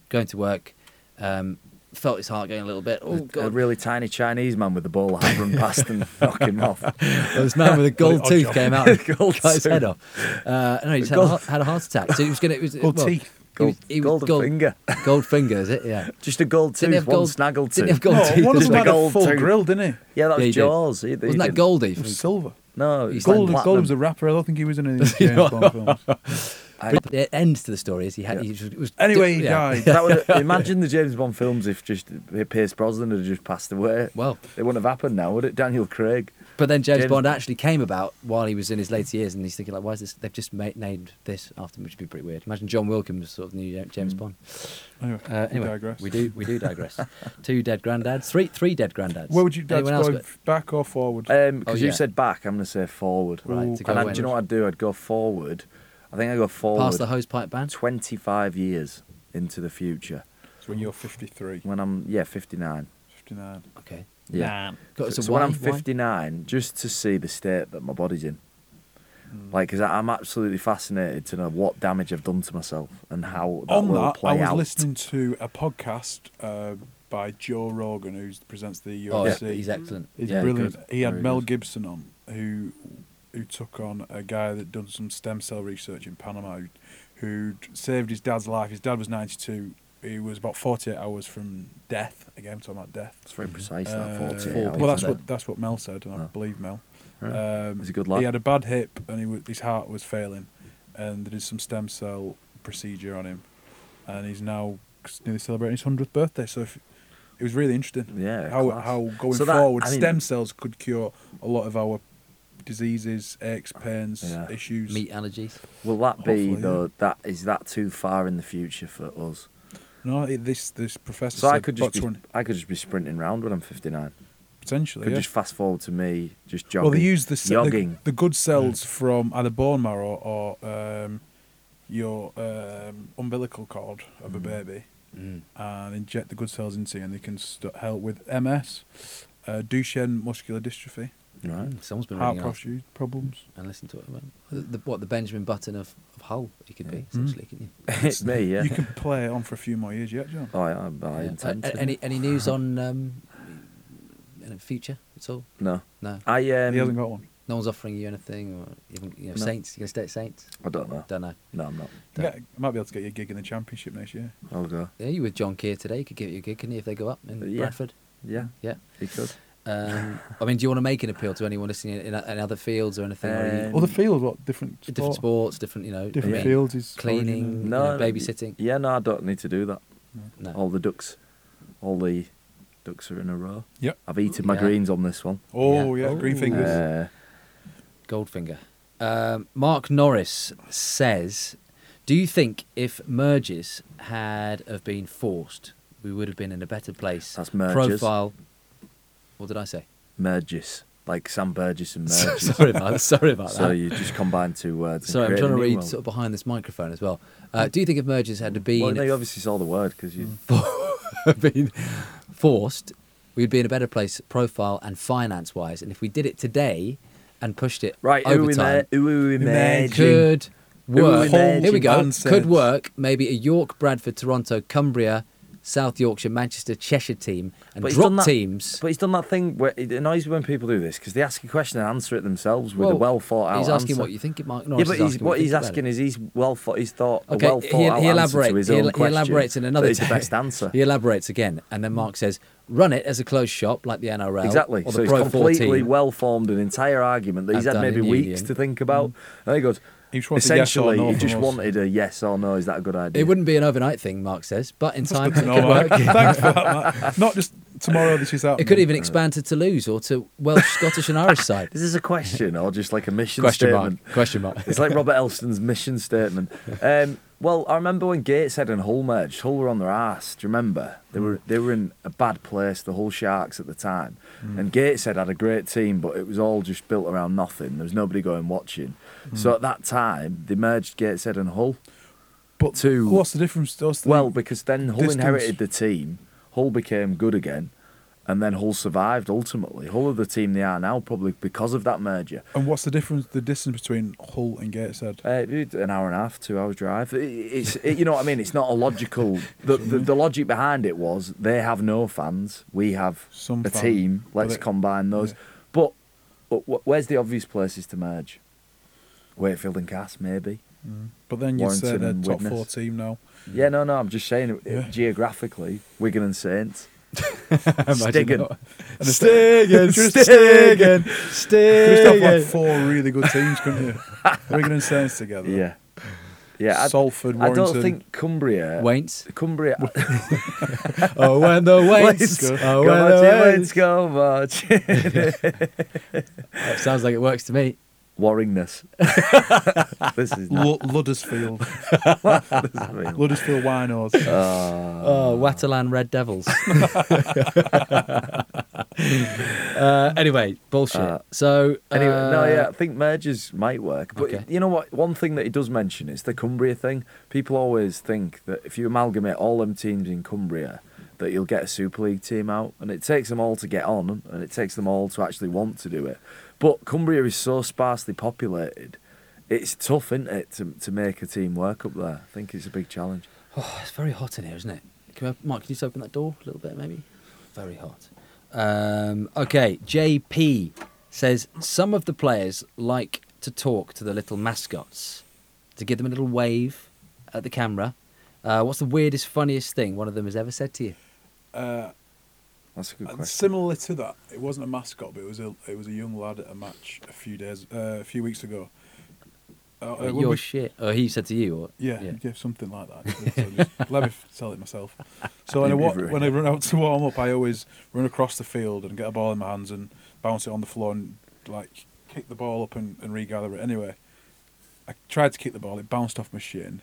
S1: going to work um, felt his heart going a little bit oh
S2: a
S1: god
S2: really tiny Chinese man with a ball hat run past and knock him off.
S1: Well, this man with a gold
S3: odd
S1: tooth
S3: job.
S1: came out and
S2: Gold
S1: cut his
S2: tooth.
S1: head off. Uh, no, he just had a,
S2: Gold-
S1: heart- had a heart attack. So he was going to. was
S3: Gold
S1: well, he
S3: teeth.
S1: was-
S2: Gold-
S1: he was
S2: golden
S1: gold-
S2: finger.
S1: Gold finger, is it? Yeah.
S2: Just a gold
S1: Didn't he
S2: tooth,
S1: have
S2: one
S1: gold-
S2: snaggle
S1: didn't he have
S2: tooth.
S1: gold
S3: No,
S1: teeth?
S3: Oh, one of
S2: Just
S3: them
S2: a
S3: had a
S2: gold
S3: full
S2: tooth.
S3: grill, didn't
S2: Yeah, that
S1: Yeah,
S2: was
S1: he did.
S2: Jaws. He- he
S1: Wasn't that
S2: didn't-
S1: Goldie?
S3: he? It
S1: From
S3: was silver.
S2: No, it
S1: He's
S2: was
S1: like
S3: Gold,
S2: platinum.
S3: Gold was a rapper. I don't think he was in any of the James Bond films.
S2: I-
S1: uh, the end to the story is he had.
S2: Yeah.
S1: He was, was-
S3: Anyway, he
S1: yeah.
S3: died.
S2: that would imagine the James Bond films if just if Pierce Brosnan had just passed away.
S1: Well,
S2: It wouldn't have happened now, would it? Daniel Craig.
S1: but then James,
S2: James-
S1: Bond actually came about while he was in his later years, and he's thinking like, why is this? They've just ma- named this after him, which would be pretty weird. Imagine John Wilkins was sort of the new James Bond.
S3: Anyway,
S1: Uh,
S3: we
S1: anyway,
S3: digress.
S1: we do we do digress. Two dead granddads, three three dead granddads.
S3: Where would you dad's
S1: Anyone else
S3: go
S1: got-
S3: back or forward?
S2: Because
S1: Oh,
S2: Um, you
S1: yeah.
S2: said back, I'm going to say forward.
S1: Right, to go
S2: and I,
S1: when?
S2: do you know what I'd do? I'd go forward. I think I go
S1: past the
S2: forward
S1: hose pipe ban?
S2: 25 years into the future
S3: So when you're 53,
S2: when I'm yeah 59.
S3: 59.
S1: Okay.
S2: Yeah.
S1: Got
S2: So,
S1: so,
S2: when
S1: why-
S2: I'm
S1: why?
S2: 59, just to see the state that my body's in,
S3: Mm.
S2: like, because I'm absolutely fascinated to know what damage I've done to myself and how that
S3: On
S2: will
S3: that,
S2: play
S3: I was
S2: out.
S3: listening to a podcast uh, by Joe Rogan, who presents the
S1: Oh,
S3: UFC.
S1: he's excellent.
S3: He's
S1: yeah,
S3: brilliant.
S1: good.
S3: He had
S2: Very
S3: Mel
S2: good.
S3: Gibson on, who who took on a guy that done some stem cell research in Panama, who who'd saved his dad's life. His dad was 92. He was about 48 hours from death. Again, talking about death.
S2: It's very precise. that 48
S3: Uh,
S1: four
S2: hours.
S1: people
S3: well, that's
S1: there.
S3: what that's what Mel said, and I
S2: Oh.
S3: believe Mel.
S2: Right.
S3: Um,
S2: He's a good lad.
S3: He had a bad hip, and he w- his heart was failing, and they did some stem cell procedure on him, and he's now c- nearly celebrating his hundredth birthday. So if, it was really interesting.
S2: Yeah,
S3: how
S2: class.
S3: how going
S2: So that-
S3: forward,
S2: I mean-
S3: stem cells could cure a lot of our diseases, aches, pains,
S2: Yeah.
S3: issues.
S1: Meat allergies.
S2: Will that be
S3: Hopefully,
S2: though? That is that too far in the future for us?
S3: No, it, this this professor
S2: So
S3: said
S2: I could just
S3: about
S2: be,
S3: 20
S2: I could just be sprinting round when I'm 59.
S3: potentially.
S2: Could
S3: Oh, yeah.
S2: just fast forward to me just jogging.
S3: Well, they use the, se- the
S2: jogging.
S3: the good cells from either bone marrow or um, your um, umbilical cord of a baby,
S1: Mm.
S3: and inject the good cells into, you and they can st- help with MS, uh, Duchenne muscular dystrophy,
S2: right.
S1: Mm, Someone's been
S3: heart
S1: reading an
S3: posture problems.
S1: and listen to it. Well, The, what the Benjamin Button of, of Hull he could be
S2: Yeah.
S1: essentially, couldn't you?
S2: it's me. Yeah.
S3: You can play it on for a few more years yet, John.
S2: Oh, I, I, I
S1: Yeah.
S2: intend
S1: Uh,
S2: to.
S1: any any news on um, any future at all?
S2: no.
S1: No,
S2: I um.
S3: he hasn't got one.
S1: no one's offering you anything, or even you know,
S2: No.
S1: Saints. You gonna stay at Saints?
S2: I don't know.
S1: Don't know.
S2: No, I'm not.
S3: Yeah, I might be able to get you a gig in the championship next year.
S2: I'll go.
S1: Yeah, you with John Keir today. You could give it a gig, couldn't you, if they go up in
S2: Yeah.
S1: Bradford?
S2: Yeah,
S1: Yeah.
S2: he could.
S1: Um, I mean, do you want to make an appeal to anyone listening in, in, other fields or anything? or are you-
S2: Um,
S3: Other fields, what different sport,
S1: different sports, different you know,
S3: different
S1: yeah.
S3: fields is
S1: Cleaning.
S3: origin,
S1: No. know, babysitting.
S2: Yeah, no, I don't need to do that.
S1: No.
S2: All the ducks, all the ducks are in a row.
S3: uh, Yep.
S2: I've eaten my
S1: Yeah.
S2: greens on this one.
S3: Oh
S1: Yeah.
S3: yeah, green
S1: Oh.
S3: fingers.
S2: Uh,
S1: Goldfinger. Um, Mark Norris says, "Do you think if mergers had have been forced, we would have been in a better place?"
S2: That's mergers.
S1: Profile. What did I say?
S2: Mergis, like Sam Burgess and Mergis.
S1: sorry about that. Sorry about
S2: so
S1: that.
S2: you just combine two words. and
S1: Sorry, I'm
S2: create
S1: trying to
S2: a new
S1: read
S2: one.
S1: sort of behind this microphone as well. Uh, do you think if mergers had have been
S2: Well, no, you obviously saw the word because you.
S1: Mm-hmm. been forced, we'd be in a better place, profile and finance wise. And if we did it today and pushed it
S2: Right, who
S1: over
S2: we
S1: time,
S2: ma- who we merging?
S1: could
S2: Who are
S1: work.
S2: we
S1: Here we
S2: merging?
S1: go.
S3: Nonsense.
S1: Could work. Maybe a York, Bradford, Toronto, Cumbria, South Yorkshire, Manchester, Cheshire team and
S2: But he's done
S1: drop
S2: that-
S1: teams.
S2: But he's done that thing where it annoys me when people do this because they ask a question and answer it themselves with a
S1: Well,
S2: well thought out.
S1: He's asking
S2: answer.
S1: what you think it might.
S2: yeah,
S1: Norris
S2: but
S1: is
S2: he's,
S1: asking
S2: what he's
S1: you think about
S2: asking
S1: it.
S2: is he's well thought. He's thought
S1: Okay,
S2: a well
S1: he-
S2: thought out
S1: he
S2: answer to
S1: elaborates.
S2: his
S1: He,
S2: own
S1: el- he
S2: question.
S1: elaborates in another.
S2: That is the best answer.
S1: He elaborates again, and then Mark says, "Run it as a closed shop like the NRL,
S2: Exactly.
S1: Or the
S2: So he's
S1: Pro
S2: completely
S1: 14.
S2: well formed an entire argument that he's
S1: I've
S2: had
S1: done
S2: maybe
S1: in
S2: weeks
S1: union.
S2: to think about.
S1: Mm.
S2: And he goes,
S3: He just wanted a yes or
S2: essentially,
S3: no
S2: he
S3: from
S2: just
S3: us.
S2: wanted a yes or no. Is that a good idea?
S1: It wouldn't be an overnight thing, Mark says, but in time it
S3: No,
S1: could
S3: Mark.
S1: work.
S3: Thanks for that, Matt. Not just tomorrow. This is
S1: It
S3: happening.
S1: could even expand to Toulouse or to Welsh, Scottish, and Irish side.
S2: Is this a question or just like a mission
S1: Question
S2: statement?
S1: mark. Question mark.
S2: It's like Robert Elston's mission statement. Um, well, I remember when Gateshead and Hull merged. Hull were on their ass. Do you remember? They were they were in a bad place. The Hull Sharks at the time, and Gateshead had a great team, but it was all just built around nothing. There was nobody going watching. So at that time, they merged Gateshead and Hull.
S3: But
S2: to-
S3: what's the difference? What's the-
S2: Well, because then Hull
S3: Distance.
S2: inherited the team. Hull became good again. And then Hull survived ultimately. Hull are the team they are now, probably because of that merger.
S3: and what's the difference? The distance between Hull and Gateshead.
S2: Uh, dude, an hour and a half, two hours drive. It- It's it, you know what I mean. It's not a logical. The, the the logic behind it was they have no fans. We have
S3: Some
S2: a
S3: fan.
S2: team.
S3: Well,
S2: Let's
S3: they-
S2: combine those.
S3: yeah.
S2: But, but wh- where's the obvious places to merge? Wakefield and Cass, maybe.
S3: But then you'd say
S2: Warrington
S3: they're
S2: and
S3: top
S2: Widnes.
S3: four team now.
S2: Yeah, no, no. I'm just saying uh,
S3: Yeah.
S2: geographically, Wigan and Saints.
S1: Imagine
S2: Stiggen.
S1: that. Stegen, Stegen,
S3: You just have like
S1: Stegen.
S3: four really good teams, couldn't you? Wigan and Saints together.
S2: Yeah, yeah. I,
S3: Salford,
S2: I
S3: Warrington.
S2: don't think Cumbria.
S1: Waints.
S2: Cumbria.
S1: Oh, when the
S2: Let's
S1: Waints.
S2: go,
S1: Oh, when the
S2: let's
S1: Waints.
S2: go, march.
S1: That sounds like it works to me.
S2: Warringness. this is not.
S3: Lu- Luddersfield.
S2: this is real.
S3: Luddersfield Winos.
S2: Ah.
S1: Oh, Watalan Red Devils. uh, anyway, bullshit.
S2: Uh,
S1: so
S2: Anyway, no,
S1: uh,
S2: yeah, I think mergers might work. But
S1: Okay.
S2: you know what? One thing that he does mention is the Cumbria thing. People always think that if you amalgamate all them teams in Cumbria, that you'll get a Super League team out. And it takes them all to get on, and it takes them all to actually want to do it. But Cumbria is so sparsely populated. It's tough, isn't it, to, to make a team work up there? I think it's a big challenge.
S1: Oh, it's very hot in here, isn't it? Can we, Mike, can you just open that door a little bit, maybe? Very hot. Um, okay, JP says some of the players like to talk to the little mascots to give them a little wave at the camera. Uh, what's the weirdest, funniest thing one of them has ever said to you?
S3: Uh,
S2: That's a good
S3: and
S2: question.
S3: similar to that, it wasn't a mascot, but it was a it was a young lad at a match a few days uh, a few weeks ago. Uh, uh, when
S1: Your
S3: we-
S1: shit. Or he said to you? Or,
S3: Yeah, yeah, something like that. actually. So just- let me f- tell it myself. So when I,
S2: You'd be
S3: wa-
S2: ruined.
S3: when I run out to warm up, I always run across the field and get a ball in my hands and bounce it on the floor and like kick the ball up and, and regather it. Anyway, I tried to kick the ball. It bounced off my shin.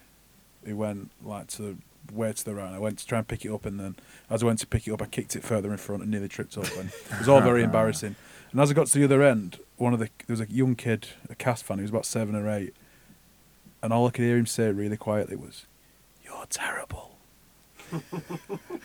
S3: It went like to the way to the right. And I went to try and pick it up, and then as I went to pick it up, I kicked it further in front and nearly tripped up. And it was all very embarrassing. And as I got to the other end, one of the there was a young kid, a cast fan, he was about seven or eight, and all I could hear him say really quietly was, "You're terrible." and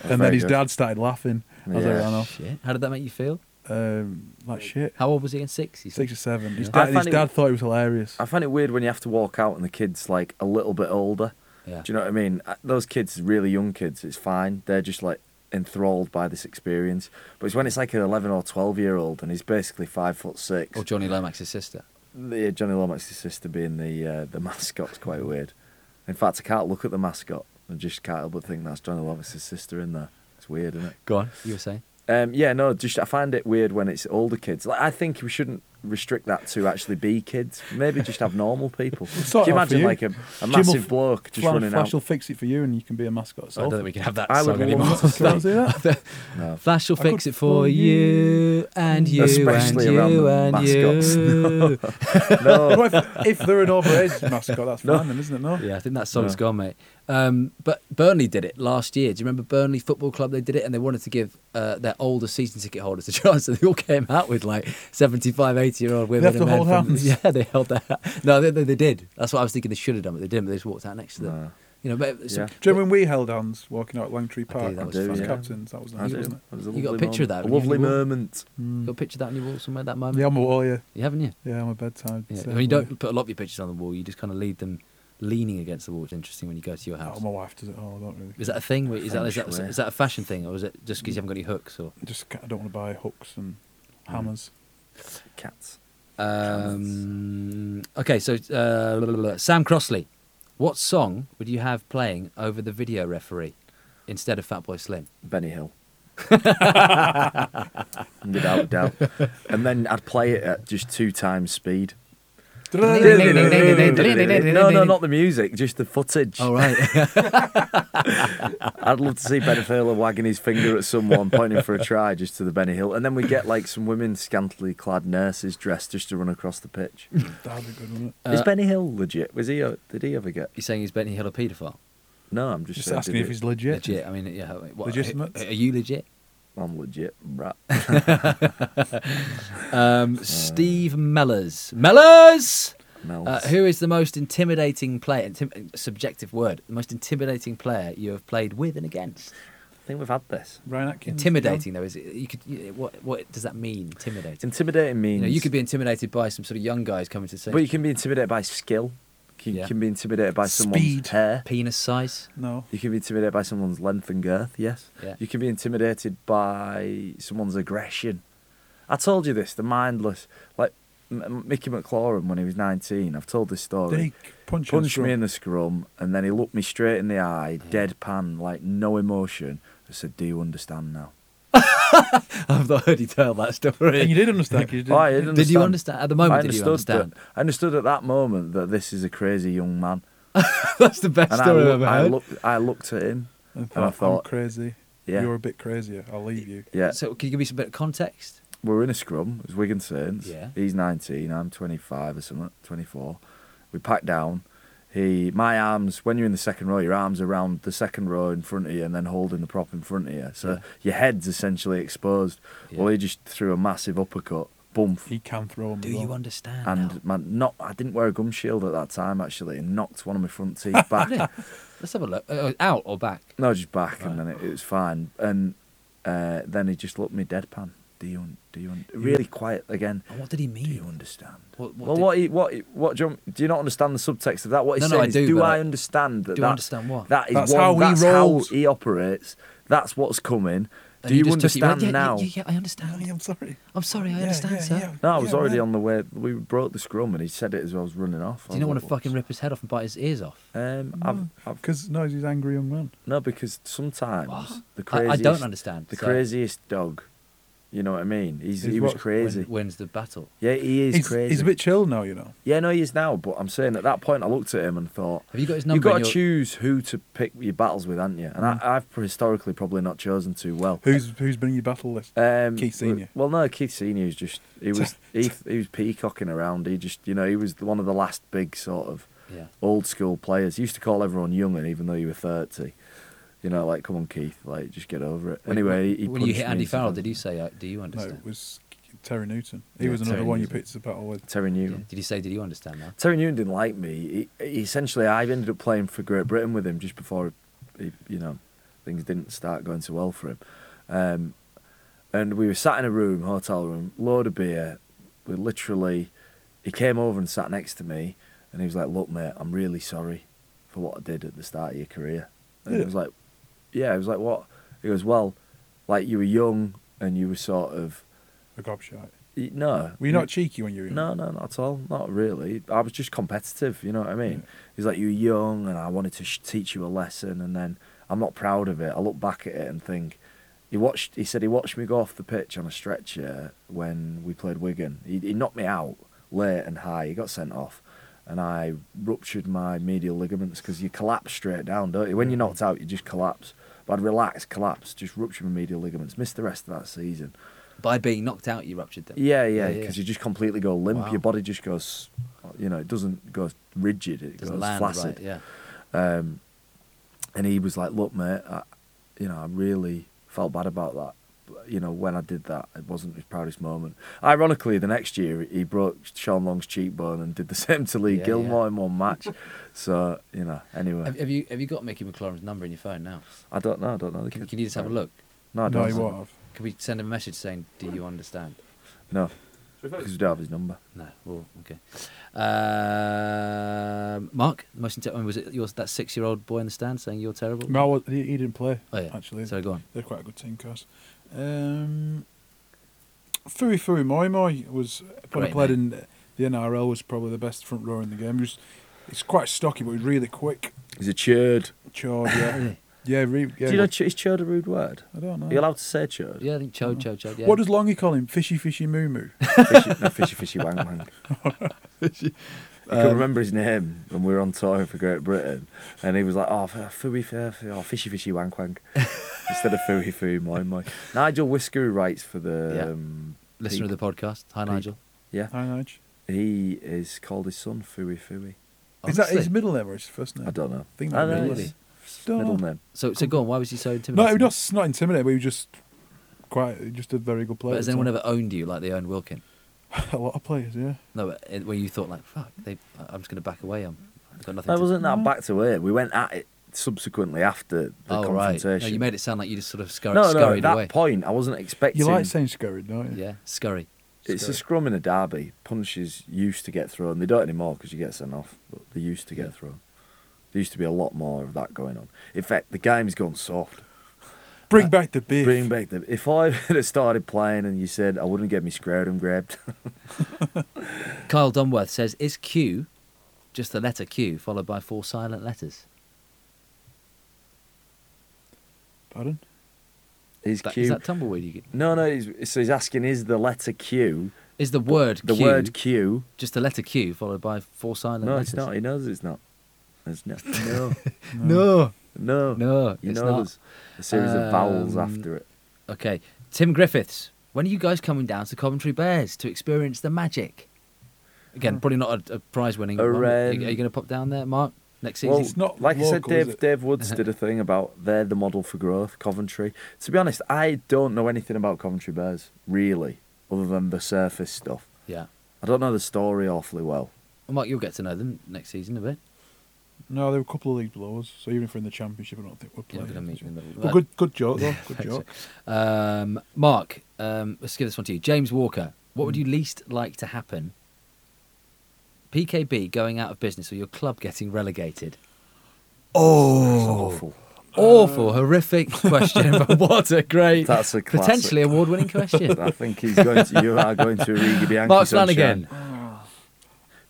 S3: then
S2: very
S3: his
S2: good.
S3: dad started laughing as I
S2: Yeah.
S3: ran off.
S1: Shit. How did that make you feel?
S3: Um, like shit.
S1: How old was he again? Six? He said?
S3: Six or seven. His
S1: Yeah.
S2: I
S3: dad, his
S2: find it-
S3: dad thought it was hilarious.
S2: I find it weird when you have to walk out and the kid's like a little bit older.
S1: Yeah.
S2: Do you know what I mean? Uh, Those kids, really young kids, it's fine. They're just like enthralled by this experience. But it's when it's like an 11 or 12 year old and he's basically five foot six.
S1: Or Johnny Lomax's sister?
S2: The, Johnny Lomax's sister being the uh, the mascot's quite weird. In fact, I can't look at the mascot. I just can't help but think that's Johnny Lomax's sister in there. It's weird, isn't it?
S1: Go on. You were saying?
S2: Um, yeah, no, just I find it weird when it's older kids. Like I think we shouldn't restrict that to actually be kids. Maybe just have normal people. Can
S3: Sort
S2: you
S3: out for
S2: imagine
S3: you.
S2: like a, a
S3: Jim
S2: massive
S3: will-
S2: bloke just
S3: Flash,
S2: running
S3: Flash
S2: out?
S3: will fix it for you, and you can be a mascot.
S1: I don't
S3: Itself.
S1: think we can have that
S2: I would
S1: song
S2: love
S1: anymore.
S2: to
S3: Can I do that?
S2: No.
S1: Flash will
S3: I
S1: fix
S3: could
S1: it for
S3: phone
S1: you and you
S2: Especially
S1: and
S2: around
S1: you and
S2: the mascots.
S1: you.
S2: no.
S3: Well, if, if they're an overage mascot, that's fine, then, isn't it? No.
S1: yeah, I think that song's
S2: No.
S1: gone, mate. Um, but Burnley did it last year. Do you remember Burnley Football Club? They did it and they wanted to give uh, their older season ticket holders a chance. So they all came out with like 75, 80 year old women.
S3: have to
S1: and men
S3: hold
S1: from-
S3: hands.
S1: Yeah, they held their hand. No, they, they, they did. That's what I was thinking they should have done, but they didn't. But they just walked out next to them.
S2: No.
S1: You know, but so
S2: Yeah.
S3: Do you remember when we held hands walking out Langtree Park?
S1: that was
S2: I do,
S1: fun.
S3: as
S2: yeah.
S3: captains, that was
S2: I
S3: nice,
S2: do.
S3: wasn't
S2: That was
S1: You got a
S2: lovely
S1: picture of
S2: moment.
S1: that, haven't
S2: A
S1: you?
S2: lovely moment.
S3: it?
S1: you got a
S3: Mm.
S1: picture of that on your wall somewhere, that moment?
S3: Yeah, I'm a wall, yeah.
S1: You haven't you?
S3: Yeah, I'm a bedtime.
S1: Yeah. I
S3: set,
S1: mean, you
S3: yeah.
S1: don't put a lot of your pictures on the wall. You just kind of leave them leaning against the wall. It's interesting when you go to your house.
S3: Oh, my wife does it. Oh, I don't really.
S1: Is that a thing? Where- Is that, is, that,
S2: Feng shui.
S1: is that a fashion thing, or is it just because you haven't got any hooks? Or
S3: Just ca- I don't want to buy hooks and
S1: Hmm.
S3: hammers.
S2: Cats.
S1: um, okay, so uh, blah, blah, blah. Sam Crossley, what song would you have playing over the video referee instead of Fatboy Slim?
S2: Benny Hill. Without doubt. And then I'd play it at just two times speed. No, no, not the music, just the footage.
S1: All Oh, right.
S2: I'd love to see Ben Furler wagging his finger at someone, pointing for a try just to the Benny Hill. And then we get like some women scantily clad nurses dressed just to run across the pitch.
S3: That'd be good, wouldn't it?
S2: Is Benny Hill legit? Was he? A, did he ever get?
S1: You're saying he's Benny Hill a paedophile?
S2: No, I'm just,
S3: Just
S2: saying,
S3: asking
S2: did
S3: if
S2: he-
S3: he's legit.
S1: Legit. I mean, yeah. What,
S3: Legitimate?
S1: Are you legit?
S2: I'm legit, rat.
S1: Um, Steve Mellors. Mellors!
S2: Mel.
S1: Uh, who is the most intimidating player? Intim- subjective word. The most intimidating player you have played with and against.
S2: I think we've had this.
S3: Ryan Atkins.
S1: Intimidating, though, is it? You could. You, what What does that mean? Intimidating.
S2: Intimidating means
S1: You know, you could be intimidated by some sort of young guys coming to say
S2: But you can be intimidated by skill. You
S1: Yeah.
S2: can be intimidated by someone's
S3: Speed.
S2: hair.
S1: penis size.
S3: No.
S2: You can be intimidated by someone's length and girth, yes.
S1: Yeah.
S2: You can be intimidated by someone's aggression. I told you this, the mindless. Like M- M- Mickey McLaurin when he was 19, I've told this story.
S3: Did he punch you in the
S2: punched me in
S3: scrum?
S2: the scrum and then he looked me straight in the eye, deadpan, like no emotion. I said, Do you understand now?
S1: I've not heard you tell that
S3: And you
S1: story.
S3: did understand. 'cause you did.
S2: Oh, I
S1: Did you understand at the
S2: I
S1: moment? Did you
S2: understood,
S1: understand?
S2: That, I understood at that moment that this is a crazy young man.
S1: That's the best
S2: And I,
S1: story I've
S2: loo-
S1: ever
S2: I
S1: heard.
S2: looked, I looked at him.
S3: and
S2: and I
S3: thought, I'm
S2: thought-
S3: crazy.
S2: Yeah,
S3: You're a bit crazier. I'll leave you.
S2: yeah.
S1: So, can you give me some bit of context?
S2: we're in a scrum. It's Wigan Saints.
S1: Yeah.
S2: He's 19. I'm 25 or something. 24. We pack down. He, my arms. When you're in the second row, your arms are around the second row in front of you, and then holding the prop in front of you. So
S1: Yeah.
S2: your head's essentially exposed.
S1: Yeah.
S2: Well, he just threw a massive uppercut. Bump.
S3: He can throw him.
S1: Do you understand? now?
S2: And my not, I didn't wear a gum shield at that time actually, and knocked one of my front teeth back.
S1: Really? Let's have a look. Uh, out or back?
S2: No, just back, and then it, it was fine. And uh, then he just looked me deadpan. Do you? un- Do you? un-" Really quiet again.
S1: And what did he
S2: Do you
S1: mean?
S2: understand?
S1: What, what
S2: well,
S1: did-
S2: what? He, what? He, what? Do you, do you not understand the subtext of that? What he's
S1: No, no,
S2: saying
S1: I
S2: is,
S1: do,
S2: do
S1: but
S2: I
S1: I-
S2: understand that?
S1: do I
S2: that-
S1: understand what?
S2: That is
S3: That's
S2: one-
S3: how he
S2: that's
S3: rolls.
S2: how he operates. That's what's coming.
S1: And
S2: do
S1: Oh, you
S2: you,
S1: just took it, you
S2: understand
S1: went, yeah, yeah,
S2: now?
S1: Yeah, yeah, I
S3: Oh,
S1: understand.
S3: yeah, I'm sorry.
S1: I'm sorry, I
S3: Yeah,
S1: understand,
S3: yeah,
S1: sir.
S3: yeah.
S2: No, I was
S3: Yeah,
S2: already
S3: man.
S2: on the way. We broke the scrum, and he said it as I was running off.
S1: Do you not want to fucking
S2: rip?
S1: rip his head off and bite his ears off?
S2: Um, I've, I've,
S3: Because no, he's an angry young man.
S2: no, because sometimes the
S1: I,
S2: craziest.
S1: I don't understand.
S2: The
S1: so
S2: craziest dog. You know what I mean? He's,
S3: He's
S2: he was
S3: what-
S1: win-
S2: crazy.
S1: wins the battle.
S2: yeah, he is
S3: He's,
S2: crazy.
S3: he's a bit chill now, you know.
S2: Yeah, no, he is now. But I'm saying at that point, I looked at him and thought,
S1: Have you got his number?
S2: you've got
S1: in
S2: to
S1: your-
S2: choose who to pick your battles with, haven't you? And
S1: Hmm.
S2: I, I've historically probably not chosen too well.
S3: Who's who's been in your battle list?
S2: Um,
S3: Keith Senior.
S2: Well, no, Keith Senior was just he was he, he was peacocking around. He just you know he was one of the last big sort of
S1: Yeah.
S2: old school players. He used to call everyone young, and even though you were thirty, you know, like come on, Keith, like just get over it.
S1: When-
S2: anyway, he
S1: when you
S2: punched
S1: hit
S2: me
S1: Andy
S2: into
S1: Farrell,
S2: the-
S1: did you say, uh, "Do you
S3: No,
S1: understand"?
S3: it was Terry Newton. He
S2: Yeah,
S3: was another
S2: Terry
S3: one
S2: Newton.
S3: you picked to battle with.
S2: Terry
S1: Yeah.
S2: Newton?
S1: Did he say, "Did you understand that"?
S2: Terry Newton didn't like me. He, he- essentially, I ended up playing for Great Britain with him just before, he, you know, things didn't start going so well for him. Um, and we were sat in a room, hotel room, load of beer. We literally, he came over and sat next to me, and he was like, "Look, mate, I'm really sorry for what I did at the start of your career." And I was like, "Yeah." I was like, "What?" He goes, "Well, like you were young and you were sort of."
S3: A gobshite.
S2: y- No,
S3: Were you not cheeky when you were young?
S2: no, no, not at all. Not really. I was just competitive. You know what I mean? He's like, you're young, and I wanted to sh- teach you a lesson, and then I'm not proud of it. I look back at it and think. He watched. He said he watched me go off the pitch on a stretcher when we played Wigan. He, he knocked me out late and high. He got sent off, and I ruptured my medial ligaments because you collapse straight down, don't you? When you're knocked out, you just collapse. But I'd relax, collapse, just ruptured my medial ligaments. Missed the rest of that season.
S1: By being knocked out, you ruptured them.
S2: Yeah, yeah,
S1: Yeah, yeah.
S2: because you just completely go limp.
S1: Wow.
S2: Your body just goes, you know, it doesn't go rigid. It
S1: Doesn't
S2: goes
S1: land
S2: flaccid.
S1: right. Yeah.
S2: Um, and he was like, "Look, mate, I, you know, I really felt bad about that. But, You know, when I did that, it wasn't his proudest moment. Ironically, the next year he broke Sean Long's cheekbone and did the same to Lee
S1: Yeah,
S2: Gilmore
S1: yeah.
S2: in one match. so you know, anyway,
S1: Have, have you Have you got Mickey McLaurin's number in your phone now?
S2: I don't know. I don't know. the
S1: Can,
S2: kid.
S1: can you just have a look?
S2: No, I
S3: no,
S2: don't.
S3: he
S2: know.
S3: won't have.
S1: Can we send him a message saying, "Do you understand"?
S2: No, because we don't have his number.
S1: No. Well, okay. Um Mark, most inte- was it yours? That six-year-old boy in the stand saying you're terrible.
S3: No, I was- he, he didn't play.
S1: Oh, yeah.
S3: Actually,
S1: Sorry, go on.
S3: they're quite a good team, cause. Um, Fui Fui Moi Moi was when I
S1: Great
S3: played in the NRL was probably the best front rower in the game. He was, he's quite stocky, but he's really quick.
S2: He's a churd.
S3: Chard, yeah, yeah, re, yeah.
S2: Do you know ch- is churd a rude word?
S3: I don't know.
S2: Are you allowed to say churd?
S1: Yeah, I think chode, chode, chode. Yeah.
S3: Uh, What does Longy call him? Fishy Fishy Moo Moo.
S2: fishy, no, fishy, fishy, wang, wang. I
S3: Um,
S2: can remember his name when we were on tour for Great Britain, and he was like, "Oh, f- fooey, f- f- oh fishy, fishy, wank, wank," instead of fooey, fooey, moi, moi. Nigel Whisker who writes for the.
S1: Yeah.
S2: Um,
S1: Listener of the podcast. Hi, Nigel.
S2: yeah,
S3: Hi, Nige.
S2: he is called his son Fooey Fooey.
S3: Is that
S1: Honestly.
S3: his middle name or his first name?
S2: I don't know.
S3: think
S2: I
S3: that
S2: don't know.
S1: really
S2: his
S3: Don't
S2: Middle
S3: know.
S2: name.
S1: So, so go on. Why was he so
S3: No,
S1: intimidating?
S3: he was not intimidating, but he was just quite, just a very good player.
S1: But
S3: at
S1: has
S3: the
S1: anyone
S3: time.
S1: ever owned you like they owned Wilkin?
S3: a lot of players? Yeah.
S1: No, but it- where you thought like, fuck, they, I- I'm just going to back away. I'm, I've got nothing.
S2: That
S1: to...
S2: wasn't that back to it. We went at it subsequently after the
S1: Mm-hmm. oh right.
S2: confrontation.
S1: No, you made it sound like you just sort of scur-
S2: no, no, at
S1: scurried
S2: that
S1: away.
S2: point, I wasn't expecting.
S3: You like saying scurried, don't you?
S1: yeah, scurry.
S2: It's a
S3: Scary.
S2: scrum in a derby. Punches used to get thrown. They don't anymore because you get sent off, but they used to get
S1: Yeah.
S2: thrown. There used to be a lot more of that going on. In fact, the game's gone soft.
S3: Bring back the beef.
S2: Bring back the. If I had started playing and you said I wouldn't get me screwed and grabbed,
S1: Kyle Dunworth says, "Is Q just the letter Q followed by four silent letters?"
S3: Pardon?
S2: is
S1: That,
S2: Q.
S1: is that tumbleweed you get?
S2: no, no. He's, so he's asking: Is the letter Q
S1: Is the word
S2: the
S1: Q
S2: word Q?
S1: just the letter Q followed by four silent
S2: No,
S1: letters?
S2: it's not. He knows it's not. It's not. No,
S1: No,
S2: no,
S1: no,
S2: You
S1: it's
S2: know,
S1: not.
S2: there's a series of vowels
S1: Um,
S2: after it.
S1: Okay, Tim Griffiths, when are you guys coming down to Coventry Bears to experience the magic?
S2: Uh,
S1: Again, probably not a, a prize-winning. one. Are
S2: Hooray.
S1: you, going to pop down there, Mark, next season?
S2: Well,
S3: It's not
S2: like I said,
S3: local, is
S2: Dave,
S3: it?
S2: Dave Woods did a thing about they're the model for growth, Coventry. To be honest, I don't know anything about Coventry Bears, really, other than the surface stuff.
S1: yeah.
S2: I don't know the story awfully well.
S1: Well, Mark, you'll get to know them next season a bit.
S3: No, there were a couple of league blowers, so even if we're in the championship, I don't think we're
S1: You're
S3: playing.
S1: not gonna meet in the middle.
S3: Well, good, good joke though. Good
S1: Thanks,
S3: joke.
S1: Um, Mark, um, let's give this one to you. James Walker, what
S2: Hmm.
S1: would you least like to happen? PKB going out of business or your club getting relegated?
S2: Oh, awful.
S1: Awful, horrific question, but what a great,
S2: That's a classic.
S1: potentially award winning question.
S2: I think he's going to. You are going to Origi Bianchi.
S1: Mark
S2: sunshine.
S1: Flanagan.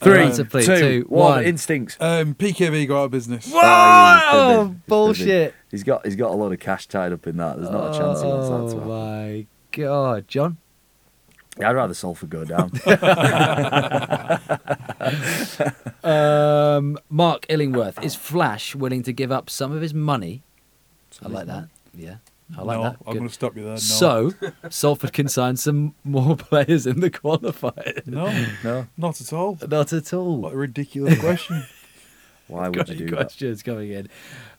S2: Three,
S1: Answer, please.
S2: Um, two,
S1: Two,
S2: one.
S1: one.
S2: Instincts.
S3: Um, PKB got out of business.
S2: Oh, he's
S1: Wow!
S2: fibbing. He's
S1: Bullshit.
S2: fibbing. He's got. He's got a lot of cash tied up in that. There's not a chance he wants that to
S1: Oh
S2: happen.
S1: my god, John.
S2: Yeah, I'd rather Salford go down.
S1: Um, Mark Illingworth, is Flash willing to give up some of his money? I
S2: of
S1: like
S2: his
S1: that. Yeah, I like
S3: no,
S1: that.
S3: I'm
S1: Good.
S3: going to stop you there. No.
S1: So Salford can sign some more players in the qualifiers.
S3: no,
S2: no.
S3: not at all.
S1: Not at all.
S3: What a ridiculous question.
S2: Why would you
S1: Great
S2: do
S1: questions coming in.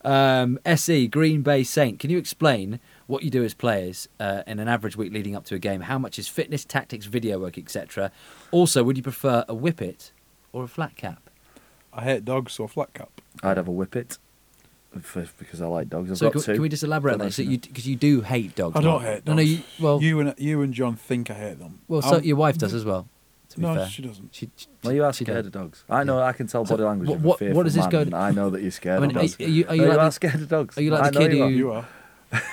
S1: Um, SE Green Bay Saint, can you explain what you do as players uh, in an average week leading up to a game? How much is fitness, tactics, video work, etc.? Also, would you prefer a whippet or a flat cap?
S3: I hate dogs, so flat cap.
S2: that? I'd have a whippet, for, because I like dogs. I've
S1: so
S2: got
S1: can,
S2: two.
S1: can we just elaborate on that? So
S2: Donation.
S1: you because you do hate dogs.
S3: I don't
S1: Mark.
S3: hate
S1: No, no.
S3: dogs.
S1: You, well,
S3: you and you and John think I hate them.
S1: well, so
S3: I'm-
S1: your wife does as well. To be
S3: no,
S1: fair,
S3: she doesn't.
S1: She- she-
S2: Well, you are
S1: she
S2: scared
S1: does.
S2: of dogs. I know. I can tell
S1: So
S2: body language.
S1: wh-
S2: of a
S1: what-
S2: fearful
S1: what does this
S2: man,
S1: go-
S2: and I know that you're scared
S1: I mean,
S2: of
S1: are,
S2: dogs.
S1: are you, are you
S2: No,
S1: like
S2: you
S1: the-
S2: are scared of dogs.
S1: are you like
S2: I
S1: the
S2: know
S1: kid
S2: you are.
S1: who-
S3: You are.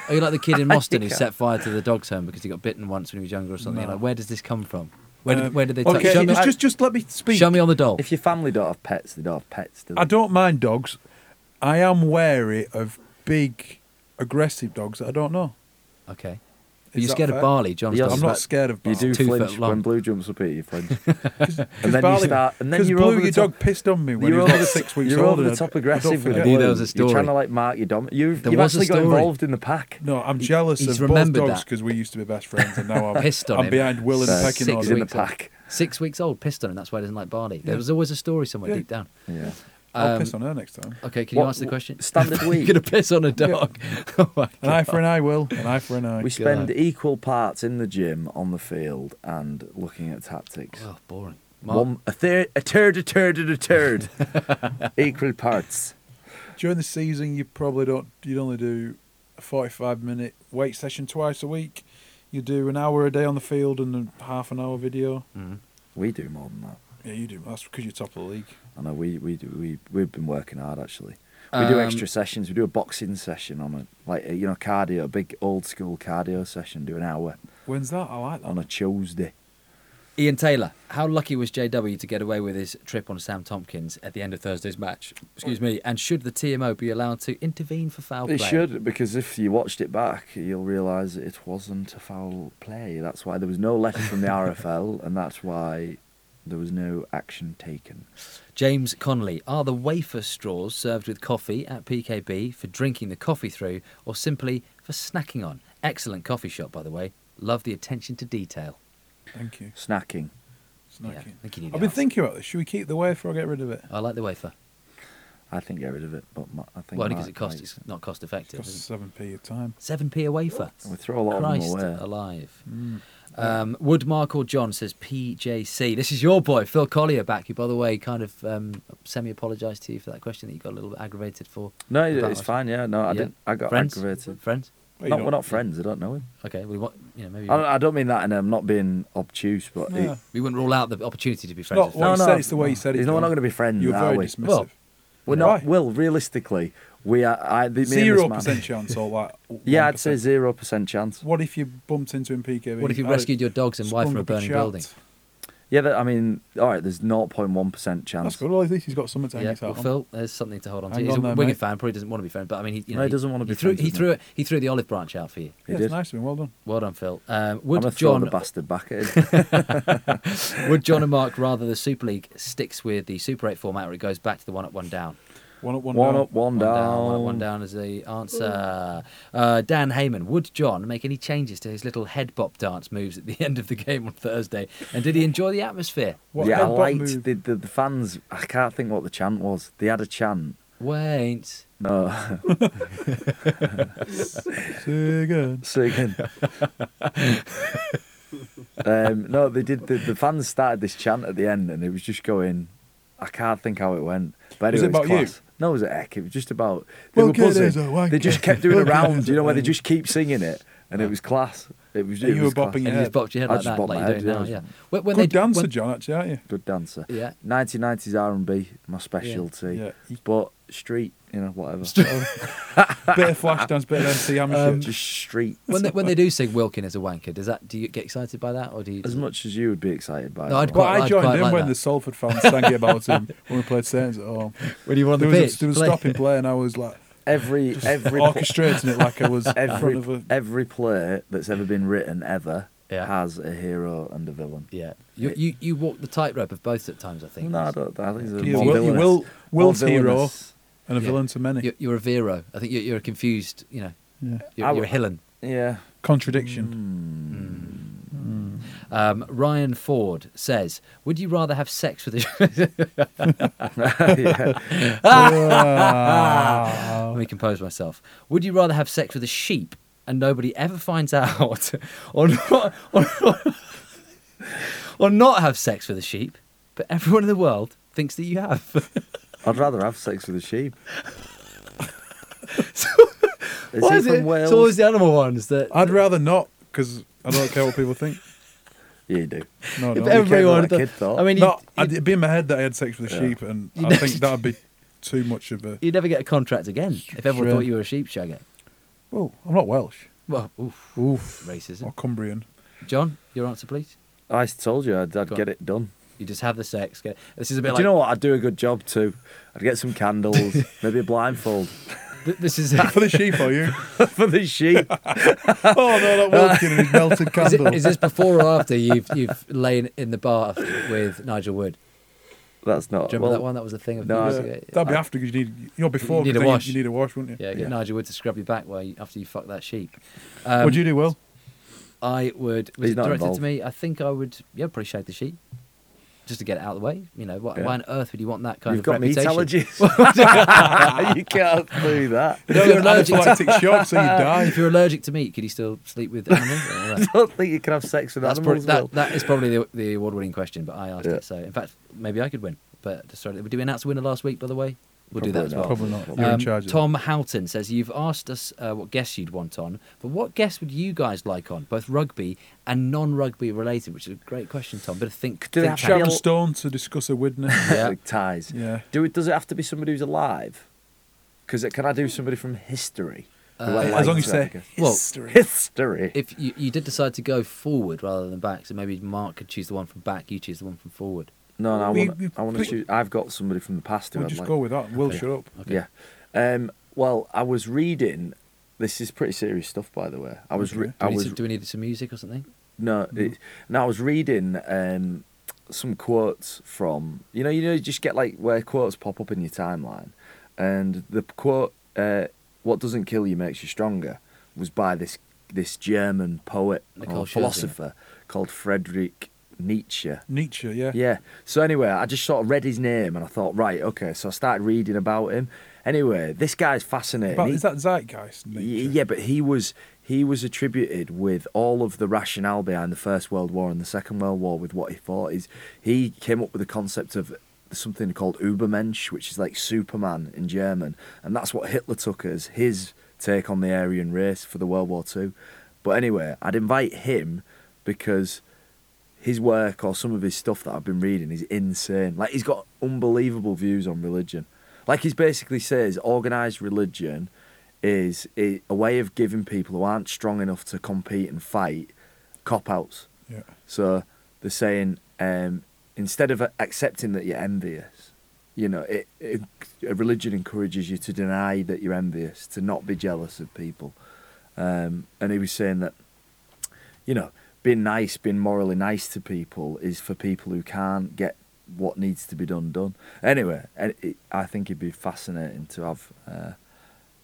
S1: Are you like the kid in Moston who
S2: Yeah.
S1: set fire to the dog's home because he got bitten once when he was younger or something? You're
S3: No.
S1: Like, where does this come from? Where did,
S3: Um,
S1: where did they touch?
S3: Okay,
S1: Show me,
S3: just, just just let me speak.
S1: show me on the doll.
S2: If your family don't have pets, they don't have pets. Do they?
S3: I don't mind dogs. I am wary of big, aggressive dogs that I don't know.
S1: okay. Are
S3: Is
S1: you
S3: that
S1: scared of
S3: fair?
S1: barley, John?
S2: Yeah,
S3: I'm
S2: But
S3: not scared of.
S2: You
S3: Barley.
S2: do
S1: Two foot
S2: flinch
S1: long.
S2: when Blue jumps up at you. You flinch, and then
S3: Barley-
S2: you start, and then
S3: Because
S2: you're
S3: Blue,
S2: over the
S3: your
S2: top.
S3: dog pissed on me when
S2: you're
S3: he was
S2: over
S3: like
S2: the
S3: six weeks
S2: you're
S3: old.
S2: over the
S3: and I-
S2: top
S3: I
S2: aggressive
S3: don't
S2: with
S1: I
S3: forget.
S1: knew
S2: Blue.
S1: there was a
S2: You're trying
S1: story.
S2: to like mark your dom. You've,
S1: There
S2: you've
S1: was a
S2: actually got
S1: story.
S2: involved in the pack.
S3: No, I'm jealous
S1: he's
S3: of both
S1: remembered
S3: dogs
S1: that.
S3: because we used to be best friends, and now I'm,
S1: Pissed on
S3: I'm
S1: him.
S3: behind Will and
S1: Six
S3: pecking
S1: weeks
S2: He's
S3: order.
S2: in the
S1: weeks old.
S2: pack.
S1: Six weeks old, pissed on him. That's why he doesn't like barley. There
S3: Yeah.
S1: was always a story somewhere
S3: Yeah.
S1: deep down.
S2: Yeah.
S3: I'll
S1: Um,
S3: piss on her next time.
S1: Okay, can you
S2: What-
S1: answer the
S2: what-
S1: question?
S2: Standard
S1: You're
S2: week.
S1: gonna piss on a dog. oh my
S3: An eye for an eye, Will. An eye for an eye.
S2: We spend equal parts in the gym, on the field, and looking at tactics.
S1: Oh, boring. Mark,
S2: One, a, third, a third, a third, and a third. equal parts.
S3: During the season, you probably don't. You'd only do a 45 minute weight session twice a week. You do an hour a day on the field and a half an hour video.
S1: Mm.
S2: We do more than that.
S3: Yeah, you do. That's because you're top of the league.
S2: I know we we do, we we've been working hard actually. We do extra sessions. We do a boxing session on a like you know cardio, a big old school cardio session. Do an hour
S3: When's that? I like that.
S2: on a Tuesday.
S1: Ian Taylor, how lucky was JW to get away with his trip on Sam Tompkins at the end of Thursday's match? Excuse me. And should the TMO be allowed to intervene for foul play?
S2: It should because if you watched it back, you'll realise it wasn't a foul play. That's why there was no letter from the RFL, and that's why there was no action taken.
S1: James Connolly, are the wafer straws served with coffee at PKB for drinking the coffee through or simply for snacking on? Excellent coffee shop, by the way. Love the attention to detail.
S3: Thank you.
S2: Snacking.
S1: Yeah,
S3: Snacking.
S1: I think you need to
S3: I've been
S1: ask.
S3: thinking about this. Should we keep the wafer or get rid of it?
S1: I like the wafer.
S2: I think get rid of it, but my, I think
S1: Well, only because
S2: Mark
S1: it costs,
S2: likes
S1: it's not cost
S3: It
S1: effective.
S3: costs
S1: is
S3: seven p a time.
S1: it? 7p a wafer.
S2: it. We throw a lot
S1: Christ
S2: of them away.
S1: alive.
S3: Mm.
S1: Um, Wood Markle John says PJC. This is your boy, Phil Collier, back. Who, by the way, kind of um, semi apologised to you for that question that you got a little bit aggravated for.
S2: No,
S1: About
S2: it's
S1: us.
S2: fine. Yeah, no, I
S1: Yeah.
S2: didn't. I got
S1: friends?
S2: aggravated.
S1: Friends?
S3: Well, you
S2: Not,
S3: don't-
S2: we're not friends. I don't know him.
S1: Okay, we want, you know, maybe.
S2: I don't, I don't mean that, and I'm not being obtuse, but
S3: No.
S2: it-
S3: It's
S1: We wouldn't rule out the opportunity to be friends.
S3: not
S1: with
S3: what
S1: Phil.
S3: you
S2: No,
S3: said.
S2: no.
S3: It's the way you said it.
S2: you know, we're
S3: John.
S2: not going to be friends,
S3: You're
S2: are
S3: very
S2: we?
S3: dismissive.
S1: Well,
S2: We're not.
S3: Why?
S2: Well, realistically, we are. I, the, me and this
S3: Zero
S2: man-
S3: percent chance or like.
S2: Yeah, I'd
S3: 1%.
S2: say zero percent chance.
S3: What if you bumped into him PKB?
S1: What if you
S3: Had it
S1: rescued your dogs and wife
S3: sprung
S1: from a
S3: up
S1: burning
S3: chat?
S1: building?
S2: Yeah, that, I mean, all right. There's 0.1 percent chance.
S3: That's good. Well, at least he's got something to hang
S1: Yeah,
S3: his hat
S1: well,
S3: on.
S1: Phil, there's something to hold on to.
S3: Hang
S1: He's
S3: on
S1: a
S3: there,
S1: Wigan
S3: mate.
S1: fan, probably doesn't want to be friends, but I mean, he, you
S2: No,
S1: know,
S2: he doesn't want to
S1: he
S2: be
S1: threw,
S2: friends
S1: He
S2: with
S1: threw,
S2: me.
S1: it, he threw the olive branch out for you.
S2: He
S3: Yeah,
S2: did.
S3: it's nice of him. Well done.
S1: Well done, Phil. Um,
S2: I'm
S1: would
S2: gonna throw
S1: John
S2: the bastard back at him.
S1: would John and Mark rather the Super League sticks with the Super Eight format, or it goes back to the one up, one down?
S3: One up, one,
S2: one
S3: down.
S2: up, one
S1: One
S2: down.
S1: down, one, up, one down is the answer. Uh, Dan Heyman, would John make any changes to his little head bop dance moves at the end of the game on Thursday? And did he enjoy the atmosphere?
S3: What
S2: yeah, I
S3: head bop
S2: liked
S3: move?
S2: the, the, the fans. I can't think what the chant was. They had a chant.
S1: Wait.
S2: No,
S3: Say again.
S2: say again. um, no, they did. The, the fans started this chant at the end, and it was just going. I can't think how it went. But
S3: Was
S2: anyway,
S3: it about you?
S2: class. No, it was at Eck. It was just about. They
S3: Well,
S2: were
S3: get it,
S2: buzzing.
S3: so wank
S2: They just
S3: it.
S2: kept doing a
S3: Well, get it,
S2: round. You know
S3: so
S2: where they
S3: wank
S2: just keep singing it, and it was class. It was.
S3: And
S2: it
S3: Ah. you
S2: was
S3: were bopping
S2: class.
S1: And
S3: your
S1: you just
S3: Yeah.
S1: bopped your head
S2: I
S1: like
S2: just
S1: that,
S2: bopped my
S1: like you're
S2: head,
S1: doing now.
S2: yeah.
S1: Yeah. When, when
S3: Good
S1: they,
S3: dancer,
S1: when-
S3: John. Actually, aren't you?
S2: Good dancer.
S1: Yeah.
S2: 1990s R&B, my specialty.
S3: Yeah.
S2: But street, you know, whatever.
S3: bit of flash dance, bit of MC Hammer shit.
S2: just street.
S1: Um, When they, when they do sing Wilkin as a wanker, does that do you get excited by that or do you
S2: As much as you would be excited by
S1: No,
S2: it.
S1: I'd
S2: but-
S1: quite-
S3: But I joined
S1: quite
S3: in
S1: like
S3: when
S1: that.
S3: the Salford fans sang it about him when we played Saints at home.
S1: when you were on
S3: There
S1: the
S3: was,
S1: pitch?
S3: a, there was a
S1: play-
S3: stopping play, and I was like
S2: every every pl-
S3: orchestrating it like I was in front of
S2: every
S3: a.
S2: every play that's ever been written ever
S1: Yeah.
S2: has a hero and a villain.
S1: Yeah, you you, you walk the tightrope of both at times. I think.
S2: No, I don't. I think there's
S3: You
S2: more
S3: will- you
S2: villainous-
S3: will-
S2: more
S3: Will's hero.
S2: villainous.
S3: and a
S1: Yeah.
S3: villain to many.
S1: You're, you're a Vero. I think you're, you're a confused. You know,
S3: Yeah.
S1: you're,
S2: I
S1: you're a
S2: w-
S1: Hillen.
S2: Yeah. Mm.
S3: Contradiction.
S1: Hmm. Um, Ryan Ford says, "Would you rather have sex with a?"
S2: yeah.
S1: Let me compose myself. Would you rather have sex with a sheep and nobody ever finds out, or not, or, not- or not have sex with a sheep, but everyone in the world thinks that you have?
S2: I'd rather have sex with a sheep. is
S1: Why
S2: he
S1: is
S2: from
S1: it?
S2: Wales?
S1: It's always the animal ones that.
S3: I'd rather not because I don't care what people think.
S2: Yeah, you do.
S3: No,
S1: if
S3: no.
S2: every-
S1: everyone.
S2: what that
S1: thought-
S2: kid thought.
S1: I mean, you-
S3: no I'd, it'd be in my head that I had sex with a
S2: Yeah.
S3: sheep, and
S1: You
S3: I
S1: know-
S3: think that'd be too much of a.
S1: You'd never get a contract again if everyone
S3: Sure.
S1: thought you were a sheep shagger.
S3: Well, I'm not Welsh
S1: Well, oof, oof, racism.
S3: or Cumbrian.
S1: John, your answer, please.
S2: I told you I'd, I'd
S1: Go on.
S2: get it done.
S1: You just have the sex. Get, this is a bit
S2: Do
S1: like
S2: you know what? I'd do a good job too. I'd get some candles, maybe a blindfold
S1: th- this is.
S3: For the sheep, are you?
S2: for the sheep.
S3: oh no, that Wilkin and his melted
S1: Is, it,
S3: candle.
S1: is this before or after you've you've lain in the bath with Nigel Wood?
S2: That's not.
S1: Do you remember
S2: well,
S1: that one? That was the thing. Of
S2: no,
S1: years
S2: I-
S1: ago.
S3: That'd be after because you need you're before
S1: uh, You need
S3: 'cause
S1: a
S3: then you-
S1: wash.
S3: You need a wash, wouldn't you?
S1: Yeah, get
S2: Yeah.
S1: Nigel Wood to scrub your back while you, after you fuck that sheep. Um,
S3: What'd you do, Will?
S1: I would. Was
S2: He's
S1: it
S2: not
S1: directed
S2: involved.
S1: to me? I think I would. Yeah, probably shave the sheep, just to get it out of the way. You know, why,
S2: Yeah.
S1: why on earth would you want that kind
S2: You've
S1: of
S2: got meat
S1: reputation?
S2: allergies. you can't do that.
S1: If you're, allergic to,
S3: Anaphylactic shock, so you die.
S1: if you're allergic to meat, could you still sleep with animals? I don't know.
S2: I don't think you can have sex with
S1: That's prob-
S2: animals.
S1: that,
S2: Will.
S1: that is probably the, the award winning question, but I asked
S2: Yeah.
S1: it. So, in fact, maybe I could win. But sorry, did we announce the winner last week, by the way? We'll do that as well.
S3: Probably not.
S2: Probably
S3: You're in
S1: Um,
S3: charge of that.
S1: Tom Houghton says, You've asked us uh, what guests you'd want on, but what guests would you guys like on, both rugby and non rugby related? Which is a great question, Tom. Bit of think.
S2: Do they
S1: think
S2: have to be
S1: tank.
S3: Sharon
S2: Bill-
S3: Stone to discuss a witness.
S1: Yeah.
S2: Like ties.
S3: yeah.
S2: Do it, does it have to be somebody who's alive? Because can I do somebody from history? Who I
S1: Uh,
S2: like
S3: As long as
S2: to
S3: you say
S2: like a-
S1: Well,
S3: history.
S2: history.
S1: If you, you did decide to go forward rather than back, so maybe Mark could choose the one from back, you choose the one from forward.
S2: no, no, I
S3: we-
S2: want
S3: we-
S2: to. I want to
S3: we-
S2: choose. I've got somebody from the past who
S3: We'll
S2: I'd
S3: just
S2: like.
S3: go with that. Will, shut up.
S1: Okay.
S2: Yeah. Um, well, I was reading. This is pretty serious stuff, by the way. I was. Re-
S1: Do
S2: I
S1: we, need
S2: was.
S1: to- do we need some music or something?
S2: No,
S1: Mm-hmm.
S2: it, no, I was reading um, some quotes from you know you know you just get like where quotes pop up in your timeline, and the quote uh, "What doesn't kill you makes you stronger" was by this this German poet
S1: Nicole
S2: or
S1: Scherzinger.
S2: philosopher called Friedrich Nietzsche.
S3: Nietzsche, yeah.
S2: Yeah. So anyway, I just sort of read his name and I thought, right, okay. So I started reading about him. Anyway, this guy's fascinating.
S3: But
S2: He-
S3: is that Zeitgeist?
S2: Y-
S3: Nietzsche?
S2: Yeah, but he was he was attributed with all of the rationale behind the First World War and the Second World War with what he thought is he came up with the concept of something called Übermensch, which is like Superman in German, and that's what Hitler took as his take on the Aryan race for the World War Two. But anyway, I'd invite him because his work or some of his stuff that I've been reading is insane. Like he's got unbelievable views on religion. Like he basically says organized religion is i- a way of giving people who aren't strong enough to compete and fight cop outs.
S3: Yeah.
S2: So they're saying um, instead of accepting that you're envious, you know, it, it, a religion encourages you to deny that you're envious, to not be jealous of people. Um, and he was saying that, you know, being nice, being morally nice to people is for people who can't get what needs to be done done. Anyway, and it, I think it'd be fascinating to have uh,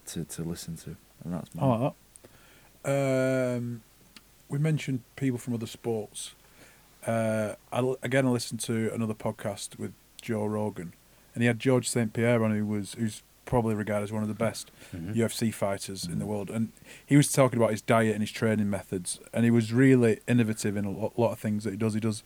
S2: to to listen to, and that's
S3: I
S2: my
S3: like that. Um, we mentioned people from other sports. Uh, I, l- again, I listened to another podcast with Joe Rogan, and he had George St Pierre on, who was who's probably regarded as one of the best UFC fighters in the world. And he was talking about his diet and his training methods, and he was really innovative in a lo- lot of things that he does. He does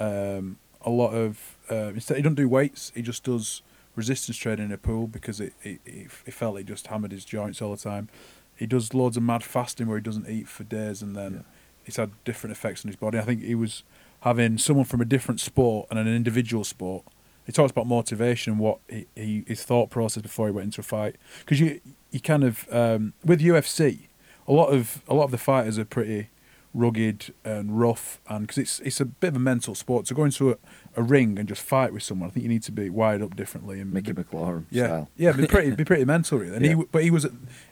S3: um, a lot of uh, instead he doesn't do weights, he just does resistance training in a pool because it it, it, it felt it just hammered his joints all the time. He does loads of mad fasting where he doesn't eat for days, and then it's had different effects on his body. I think he was having someone from a different sport and an individual sport. He talks about motivation, what he, he his thought process before he went into a fight, because you you kind of um, with UFC, a lot of a lot of the fighters are pretty rugged and rough, and because it's it's a bit of a mental sport to go into a, a ring and just fight with someone. I think you need to be wired up differently and
S2: Mickey McLaurin
S3: yeah,
S2: style.
S3: yeah, be pretty, be pretty mental really. And
S2: Yeah.
S3: he, w- but he was,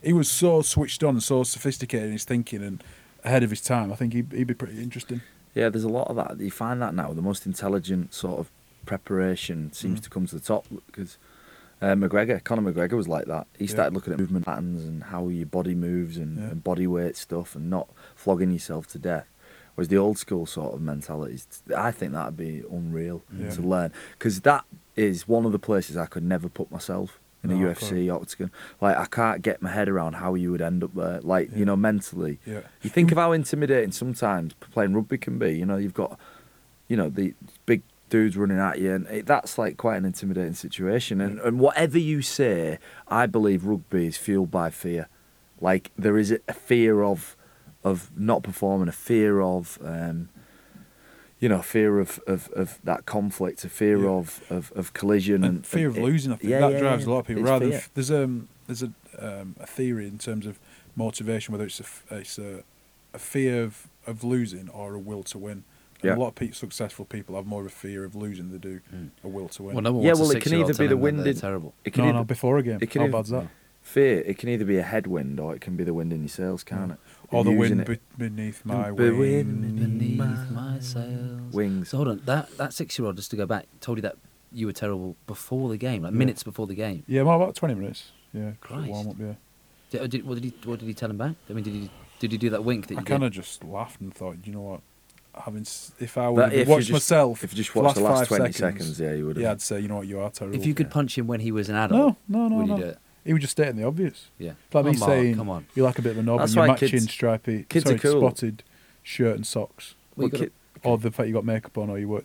S3: he was so switched on, and so sophisticated in his thinking, and ahead of his time. I think he'd, he'd be pretty interesting.
S2: Yeah, there's a lot of that. You find that now. The most intelligent sort of preparation seems
S3: Mm.
S2: to come to the top because uh, McGregor, Conor McGregor was like that. He
S3: Yeah.
S2: started looking at movement patterns and how your body moves and,
S3: Yeah.
S2: and body weight stuff and not flogging yourself to death. Whereas the old school sort of mentality, is- I think that'd be unreal
S3: Yeah.
S2: to learn because that is one of the places I could never put myself in a
S3: No, I
S2: UFC octagon. Like I can't get my head around how you would end up there. Like
S3: Yeah.
S2: you know, mentally.
S3: Yeah.
S2: You think of how intimidating sometimes playing rugby can be. You know, you've got, you know, the big dudes running at you, and it, that's like quite an intimidating situation. And, and whatever you say, I believe rugby is fueled by fear. Like there is a fear of, of not performing, a fear of, um, you know, fear of, of, of that conflict, a fear
S3: Yeah.
S2: of, of, of collision,
S3: And,
S2: and,
S3: fear
S2: and
S3: of
S2: it-
S3: losing, I think
S2: yeah,
S3: that
S2: yeah,
S3: drives
S2: yeah.
S3: a lot of people.
S2: It's
S3: Rather, than
S2: fear.
S3: f- there's um, there's a um, a theory in terms of motivation, whether it's a, f- it's a, a fear of, of losing or a will to win. And
S2: Yeah.
S3: A lot of pe- successful people have more of a fear of losing than they do a will to win.
S1: Well, no one
S2: Yeah,
S1: wants a
S2: well, it can
S1: six-year-old
S2: either be
S1: telling
S2: the
S1: them that
S2: wind
S1: They're
S2: in-
S1: terrible.
S2: it can
S3: no,
S2: either-
S3: no, before a game,
S2: it can
S3: how
S2: either-
S3: bad's that?
S2: fear it can either be a headwind or it can be the wind in your sails can't it
S3: Or the
S2: You're
S3: wind
S2: using it-
S3: be- beneath my
S2: be-
S3: wings.
S2: wind
S1: Beneath my
S2: Mm.
S1: sails.
S2: wings
S1: So hold on, that, that six-year-old, just to go back, told you that you were terrible before the game, like minutes before the game.
S3: Yeah, well, about twenty minutes. Yeah,
S1: Christ.
S3: warm up. Yeah.
S1: Did, oh, did, what, did he, what did he tell him back? I mean, did he, did he do that wink that you
S3: I kind
S1: did?
S3: of just laughed and thought, you know what, having s- if I
S2: But
S3: would
S2: if
S3: have
S2: you
S3: watched
S2: just-
S3: myself,
S2: if you just watched the last
S3: five
S2: 20 seconds, yeah, you would have-
S3: Yeah, I'd say, you know what, you are terrible.
S1: If you could punch him when he was an adult,
S3: no, no, no,
S1: would
S3: no.
S1: you do it?
S3: He would just stating the obvious.
S1: Yeah.
S3: It's like
S1: Oh,
S3: me
S1: Mark,
S3: saying,
S1: come on.
S3: you're like a bit of a knob,
S2: That's
S3: and you're
S2: why
S3: matching
S2: kids-
S3: stripy,
S2: kids are
S3: sorry,
S2: cool.
S3: spotted shirt and socks,
S1: Well, you
S2: Well,
S1: gotta-
S2: ki-
S3: or the fact you got makeup on, or you were,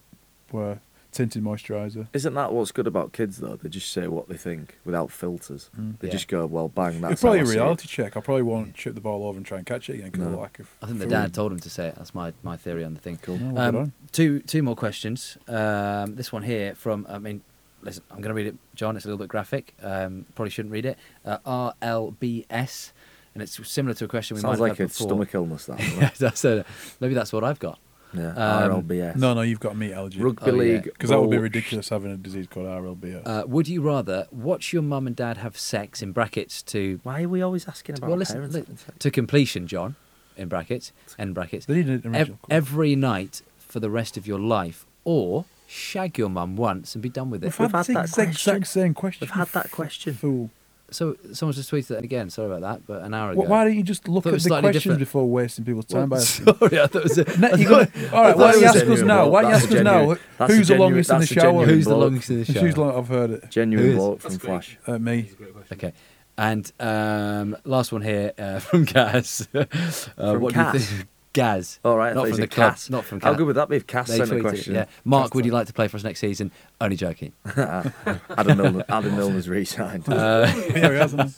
S3: were tinted moisturiser.
S2: Isn't that what's good about kids though? They just say what they think without filters. They
S1: Yeah.
S2: just go, well, bang.
S3: Mm. It's
S2: That's
S3: probably
S2: how
S3: a
S2: I see it."
S3: reality check. I probably won't chip the ball over and try and catch it again because
S2: No.
S3: lack of.
S1: I think the
S3: food.
S1: dad told him to say it. That's my, my theory on the thing.
S3: Cool. No, well
S1: Um,
S3: done.
S1: two two more questions. Um, this one here from I mean, listen, I'm going to read it, John. It's a little bit graphic. Um, probably shouldn't read it. Uh, RLBS, and it's similar to a question we
S2: Sounds
S1: might
S2: like
S1: have
S2: a
S1: had before.
S2: stomach illness. That one.
S1: yeah, that's it. Maybe that's what I've got.
S2: yeah.
S1: Um,
S2: RLBS.
S3: No, no, you've got meat allergy.
S2: Rugby
S1: Oh, yeah.
S2: league.
S3: Because that would be
S2: ball-
S3: ridiculous having a disease called RLB.
S1: Uh, would you rather watch your mum and dad have sex in brackets to
S2: Why are we always asking about
S1: well, listen,
S2: parents?
S1: li- to completion, John, in brackets, end brackets,
S3: they need an
S1: ev-
S3: original. call.
S1: every night for the rest of your life, or shag your mum once and be done with it.
S2: We've had
S3: the
S2: that
S3: exact
S2: question.
S3: same question.
S2: We've had that question.
S3: Fool.
S1: So someone's just tweeted that again. Sorry about that, but an hour ago.
S3: Wh- why don't you just look
S1: Thought it
S3: at
S1: was
S3: the
S1: slightly
S3: questions
S1: different.
S3: before wasting people's time by asking?
S1: Sorry, I thought it was a,
S3: No, you gotta- all right,
S2: thought
S3: why
S2: it
S3: don't
S2: was
S3: you ask us
S2: genuine,
S3: now?
S2: but
S3: Why don't you
S2: that's
S3: ask
S2: a
S3: us now?
S2: genuine- that's a
S3: Who's the
S2: genuine-
S3: longest in the
S2: that's a
S3: shower?
S2: genuine
S1: who's the
S2: bloke.
S1: longest in the show?
S3: Who's long? I've heard it.
S1: Who
S2: Genuine
S1: is?
S2: bloke from Flash.
S3: Uh, me.
S1: Okay. And um, last one here uh, from Gaz. uh,
S2: From
S1: what do you
S2: Cass?
S1: think? Gaz.
S3: Oh,
S2: All right, I
S1: Not
S2: thought you
S1: from the
S2: said
S1: club.
S2: Cass.
S1: Not from
S2: How
S1: Cass.
S2: good would that be if Cass
S1: They
S2: sent a
S1: tweeted it,
S2: question?
S1: Yeah. Mark, would you like to play for us next season? Only joking.
S2: Adam Milner, Adam Milner's re-signed.
S3: Uh, yeah, he hasn't.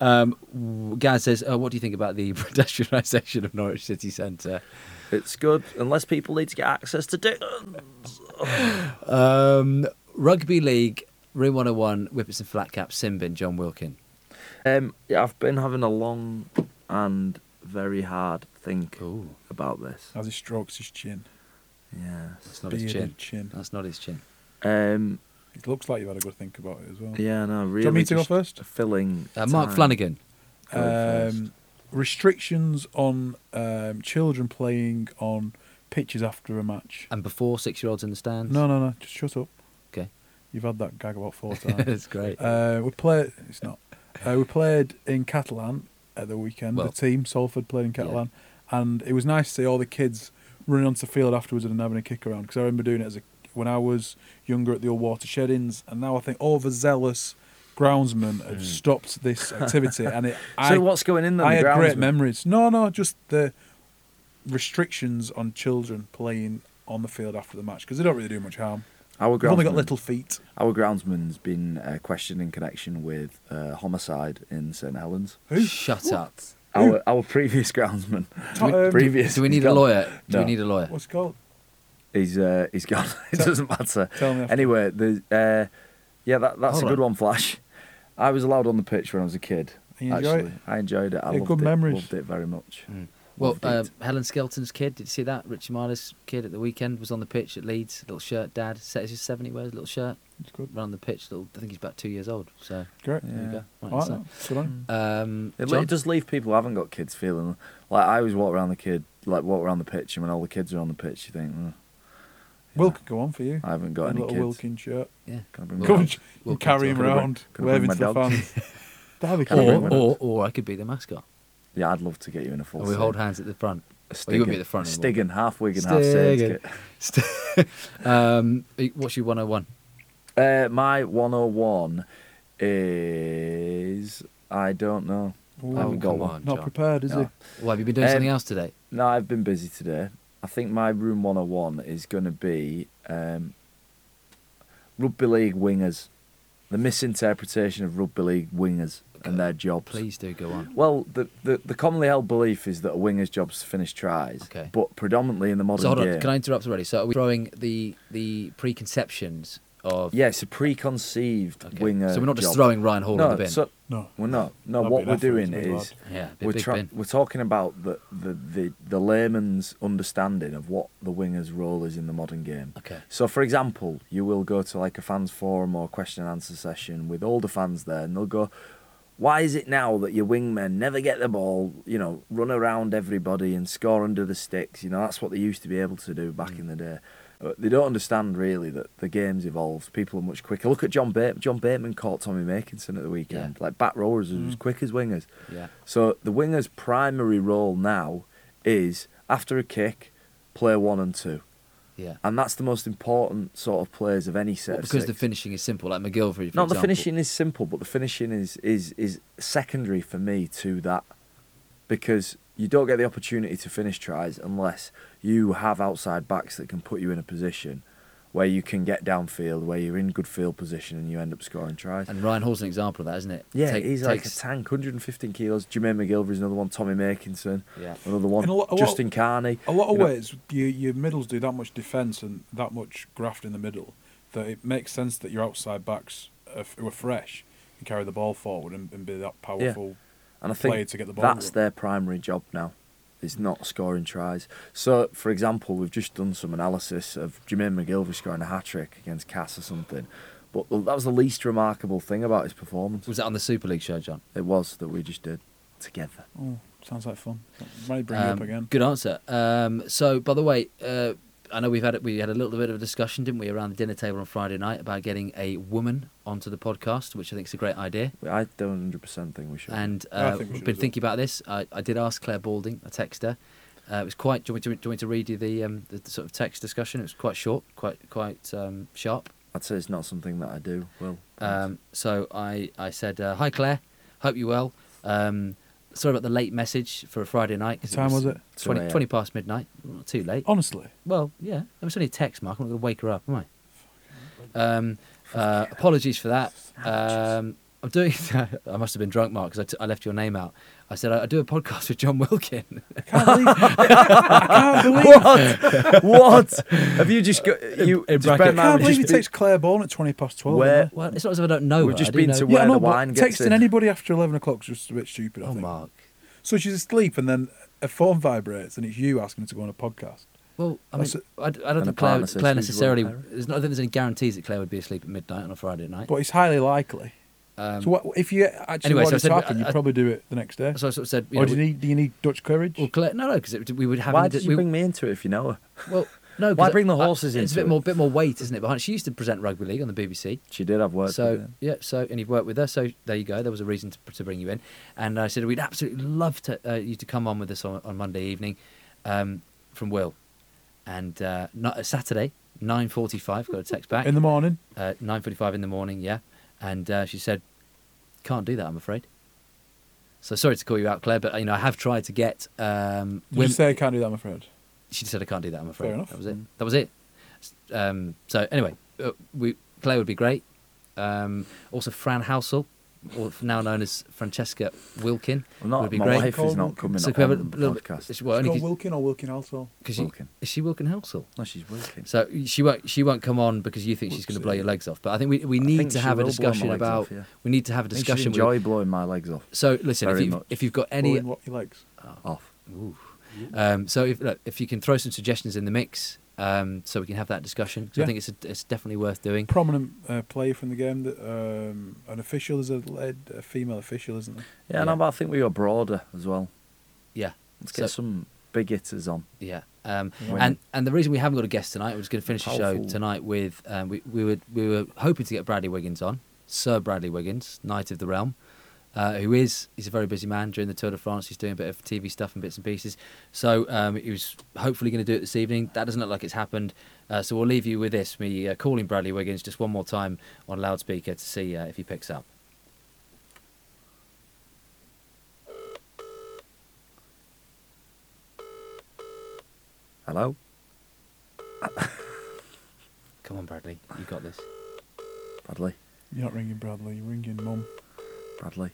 S1: Um, w- Gaz says, uh, "What do you think about the pedestrianisation of Norwich City Centre?"
S2: it's good unless people need to get access to do.
S1: Um, rugby league, room 101, Whippets and flat cap, Simbin, John Wilkin.
S2: Um, yeah, I've been having a long and very hard think
S1: Ooh,
S2: about this.
S3: As he strokes his chin.
S2: Yeah.
S1: that's not his chin.
S3: Bearded chin.
S1: That's not his chin.
S2: Um,
S3: It looks like you've had a good think about it as well.
S2: yeah, no, really.
S3: Do you want me to go
S2: just
S3: first?
S2: a Filling.
S1: Uh, Mark
S2: time.
S1: Flanagan.
S2: Go first.
S3: Um, restrictions on um, children playing on pitches after a match.
S1: And before six-year-olds in the stands.
S3: No, no, no. Just shut up.
S1: Okay,
S3: You've had that gag about four times.
S1: that's great.
S3: uh, we played. It's not. Uh, we played in Catalan at the weekend.
S1: Well-
S3: the team Salford played in
S1: Yeah.
S3: Catalan, and it was nice to see all the kids running onto the field afterwards and having a kick around. Because I remember doing it as a when I was younger at the old watershed inns, and now I think all the zealous groundsmen have stopped this activity. and it,
S2: Mm. So
S3: I,
S2: what's going in then?
S3: I
S2: the
S3: had
S2: grounds
S3: great
S2: were-
S3: memories. No, no, just the restrictions on children playing on the field after the match because they don't really do much harm.
S2: Our
S3: They've only got
S2: groundsman-
S3: little feet.
S2: Our groundsman's been uh, questioned in connection with uh, homicide in St Helens.
S1: Shut up.
S2: Our our previous groundsman.
S3: Do we- Um,
S2: previous.
S1: Do we need
S2: he's
S1: a
S2: gone.
S1: lawyer? Do we
S2: No.
S1: need a lawyer?
S3: What's it called?
S2: He's uh, he's gone. it doesn't matter.
S3: tell me after.
S2: Anyway, the uh, yeah, that, that's
S1: Hold
S2: a good
S1: on.
S2: one. Flash. I was allowed on the pitch when I was a kid.
S3: And you enjoy
S2: actually,
S3: it?
S2: I enjoyed it. I
S3: Yeah,
S2: loved
S3: good
S2: it.
S3: memories.
S2: Loved it very much.
S1: Well,
S2: Loved
S1: uh,
S2: it.
S1: Helen Skelton's kid, did you see that? Richie Marler's kid at the weekend was on the pitch at Leeds, little shirt, dad, set his 70, wears a little shirt,
S3: It's good.
S1: ran on the pitch, little, I think he's about two years old, so
S3: Great.
S1: there you
S2: Yeah.
S1: go. Right,
S3: I like
S1: so,
S3: that. Good
S2: Mm.
S3: on
S1: um,
S2: It, le-
S1: John?
S2: it does leave people who haven't got kids feeling like I always walk around the kid, like walk around the pitch, and when all the kids are on the pitch, you think, "Ugh,
S3: you. Will could go on for you.
S2: I haven't got
S3: a
S2: any
S3: little
S2: kids.
S3: Wilkin shirt.
S1: yeah.
S2: Can I bring my
S1: Go
S3: Come
S1: on.
S2: dog?
S3: and
S1: Wilkin.
S3: carry him
S2: Could I bring-
S3: around,
S2: could I bring
S3: waving
S2: my
S3: to the
S2: dog?
S3: fans. That'd be
S2: Can I bring
S1: Or,
S2: my
S3: cool.
S2: dog?
S1: or, or I could be the mascot.
S2: Yeah, I'd love to get you in a full.
S1: Or we
S2: suit.
S1: hold hands at the front.
S2: A
S1: Well, you wouldn't
S2: Stiggen.
S1: be at the front
S2: A
S1: anymore.
S2: Stiggen, half wig and half Sandskit.
S1: St- um, what's your 101?
S2: Uh, my 101 is I don't know.
S3: Ooh,
S2: I haven't got
S1: come
S2: one.
S1: on,
S3: Oh, Not
S1: John.
S3: prepared, is
S2: No.
S1: Well, have you been doing
S2: Um,
S1: something else today?
S2: No, I've been busy today. I think my room 101 is going to be um, rugby league wingers. The misinterpretation of rugby league wingers and their jobs.
S1: Please do go on.
S2: Well, the, the, the commonly held belief is that a winger's job's to finish tries.
S1: Okay.
S2: But predominantly in the modern
S1: So hold on,
S2: game.
S1: can I interrupt already? So are we throwing the the preconceptions of
S2: Yeah, it's a preconceived
S1: okay.
S2: winger.
S1: So we're not just
S2: job.
S1: throwing Ryan Hall
S2: no,
S1: in the bin.
S2: So,
S3: it? No.
S2: we're not. No,
S3: That'd
S2: what
S3: be
S2: we're doing
S3: an effort, it's a
S2: is.
S3: big lad.
S1: yeah, big,
S2: we're,
S1: big
S2: tra-
S1: bin.
S2: we're talking about the, the, the, the layman's understanding of what the winger's role is in the modern game.
S1: Okay.
S2: So, for example, you will go to like a fans forum or question and answer session with all the fans there, and they'll go, "Why is it now that your wingmen never get the ball? You know, run around everybody and score under the sticks. You know, that's what they used to be able to do back in the day." Uh, They don't understand really that the game's evolved. People are much quicker. Look at John Bateman. John Bateman caught Tommy Makinson at the weekend. Like back rowers are as quick as wingers.
S1: Yeah.
S2: So the winger's primary role now is after a kick, play one and two.
S1: Yeah.
S2: And that's the most important sort of plays of any set.
S1: Well,
S2: of
S1: because the
S2: six.
S1: finishing is simple, like McGilvery. For
S2: Not the
S1: example.
S2: finishing is simple, but the finishing is, is is secondary for me to that, because you don't get the opportunity to finish tries unless you have outside backs that can put you in a position where you can get downfield, where you're in good field position and you end up scoring tries.
S1: And Ryan Hall's an example of that, isn't it?
S2: yeah,
S1: Take-
S2: he's
S1: takes-
S2: like a tank, 115 kilos. Jermaine McGilvery's another one. Tommy Makinson,
S1: Yeah.
S2: another one.
S3: And a lot- a lot-
S2: Justin Carney.
S3: A lot of
S2: You know-
S3: ways, you, your middles do that much defence and that much graft in the middle that it makes sense that your outside backs are, f- who are fresh can carry the ball forward and, and be that powerful.
S2: and I
S3: player
S2: think
S3: to get the ball
S2: that's
S3: with.
S2: their primary job now. Is not scoring tries. So, for example, we've just done some analysis of Jermaine McGilvery scoring a hat trick against Cass or something, but that was the least remarkable thing about his performance.
S1: Was that on the Super League show, John?
S2: It was that we just did together.
S3: Oh, sounds like fun. Might bring it up
S1: Um,
S3: again.
S1: Good answer. Um, so, by the way, uh, I know we've had we had a little bit of a discussion, didn't we, around the dinner table on Friday night about getting a woman onto the podcast, which I think is a great idea.
S2: I don't 100% think we should.
S1: And
S3: I
S1: uh,
S3: think we
S1: we've
S3: should
S1: been
S3: as well.
S1: thinking about this. I, I did ask Claire Balding, I text her. Uh, it was quite. Do you, want me to, do you want me to read you the, um, the sort of text discussion? It was quite short, quite quite um, sharp.
S2: I'd say it's not something that I do. Well,
S1: Um, so I, I said, uh, Hi, Claire. Hope you well. Um, sorry about the late message for a Friday night. 'cause
S3: What time was it?
S2: 2
S1: 20,
S2: a.m.
S1: 20 past midnight. Not too late.
S3: Honestly,
S1: Well, yeah. It was only a text, Mark. I'm not going to wake her up, am I? Um, uh, apologies for that. Um, I'm doing. I must have been drunk, Mark, because I, t- I left your name out. I said I, I do a podcast with John Wilkin.
S2: what? what? Have you just got you?
S1: in
S2: just
S1: bracket.
S2: bear
S3: I
S2: in mind we've
S3: can't believe it
S2: just been-
S3: takes Claire Bourne at twenty past twelve.
S2: Where-
S3: isn't it?
S1: Well, it's not as if I don't know.
S2: We've
S1: her,
S2: just
S1: I do
S2: been
S1: know-
S2: to
S3: Yeah,
S2: where
S3: I know,
S2: the
S3: but
S2: wine gets
S3: texting
S2: in.
S3: anybody after eleven o'clock's just a bit stupid. I
S1: Oh,
S3: think.
S1: Mark.
S3: So she's asleep, and then her phone vibrates, and it's you asking her to go on a podcast.
S1: Well, I mean,
S3: That's
S1: I, I don't
S2: And a
S1: think Claire,
S2: partner says,
S1: Claire
S2: "Who's
S1: necessarily.
S2: Laura?"
S1: There's not, I don't think there's any guarantees that Claire would be asleep at midnight on a Friday night.
S3: But it's highly likely.
S1: Um,
S3: so what, if you actually
S1: anyway, so I
S3: wanted
S1: said-
S3: to happen,
S1: I- I-
S3: you'd probably do it the next day.
S1: so I sort of said, you
S3: or
S1: know,
S3: do you need do you need Dutch courage?
S1: well, Claire, no, no, because we would have.
S2: Why
S1: an-
S2: did you
S1: we-
S2: bring me into it if you know her?
S1: Well, no.
S2: Why
S1: 'cause
S2: bring the
S1: I-
S2: horses
S1: It's a
S2: into
S1: bit
S2: it?
S1: more, bit more weight, isn't it? Behind she used to present rugby league on the BBC.
S2: She did have work.
S1: so
S2: with it.
S1: yeah, so and you've worked with her, so there you go. There was a reason to, to bring you in, and I said we'd absolutely love to uh, you to come on with us on, on Monday evening, um, from Will, and uh, not, uh, Saturday nine forty five. Got a text back
S3: in the morning.
S1: uh, nine forty five in the morning. Yeah, and uh, she said, "Can't do that, I'm afraid." So sorry to call you out, Claire, but you know I have tried to get um,
S3: Did you say I can't do that, I'm afraid?
S1: she just said, "I can't do that. I'm afraid."
S3: Fair enough.
S1: That was it.
S2: Mm.
S1: That was it. S- Um, so anyway, uh, we Claire would be great. Um, also, Fran Housel, or now known as Francesca Wilkin,
S2: I'm not,
S1: would be
S2: my
S1: great.
S2: wife is not coming
S1: So
S2: up
S1: can we have
S2: on
S1: a
S2: the
S1: little bit-
S2: podcast.
S1: she- well, only 'cause-
S3: Wilkin or Wilkin also?
S1: 'cause she-
S2: Wilkin.
S1: is she Wilkin Housel?
S2: No, she's working.
S1: So she won't she won't come on because you think she's going to blow your legs off. But I think we, we
S2: I
S1: need
S2: think
S1: to
S2: she
S1: have a
S2: will blow my
S1: discussion
S2: legs
S1: about
S2: off, yeah.
S1: we need to have a discussion.
S2: Enjoy
S1: With,
S2: blowing my legs off.
S1: so listen, if
S2: very
S1: you
S2: much.
S1: if you've got any
S3: Any what your legs?
S2: Off.
S1: Ooh. Um, so if look, if you can throw some suggestions in the mix, um, so we can have that discussion. 'cause I
S3: Yeah.
S1: think it's a, it's definitely worth doing.
S3: Prominent uh, player from the game that um, an official is a led a female official, isn't there?
S2: Yeah, and
S1: Yeah.
S2: I'm- I think we were broader as well.
S1: Yeah.
S2: Let's
S1: So-
S2: get some big hitters on.
S1: Yeah. Um,
S2: Women.
S1: and and the reason we haven't got a guest tonight, we're just going to finish the show
S2: Powerful.
S1: tonight with um, we we were we were hoping to get Bradley Wiggins on, Sir Bradley Wiggins, Knight of the Realm, uh, who is he's a very busy man during the Tour de France. He's doing a bit of TV stuff and bits and pieces. So um, he was hopefully going to do it this evening. That doesn't look like it's happened. Uh, so we'll leave you with this: me uh, calling Bradley Wiggins just one more time on loudspeaker to see uh, if he picks up.
S2: Hello?
S1: Come on, Bradley, you got this.
S2: Bradley.
S3: You're not ringing Bradley, you're ringing Mum.
S2: Bradley.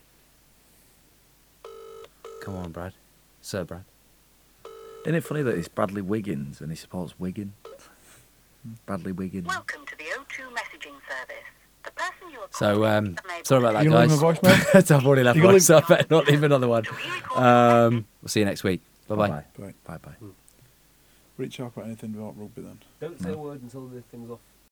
S1: Come on, Brad, Sir Brad.
S2: Isn't it funny that it's Bradley Wiggins and he supports Wigan? Bradley Wiggins.
S7: Welcome to the O2 messaging service. The person you are
S1: So um,
S7: calling
S1: sorry about that,
S3: You gonna
S1: guys.
S3: leave him a voicemail?
S1: That's- I've already left
S3: You gonna
S1: one,
S3: leave-
S1: so I better not leave another one. Um, we'll see you next week. Bye bye.
S2: Bye bye.
S3: Reach out about anything about rugby then.
S8: Don't say a word until the thing's off.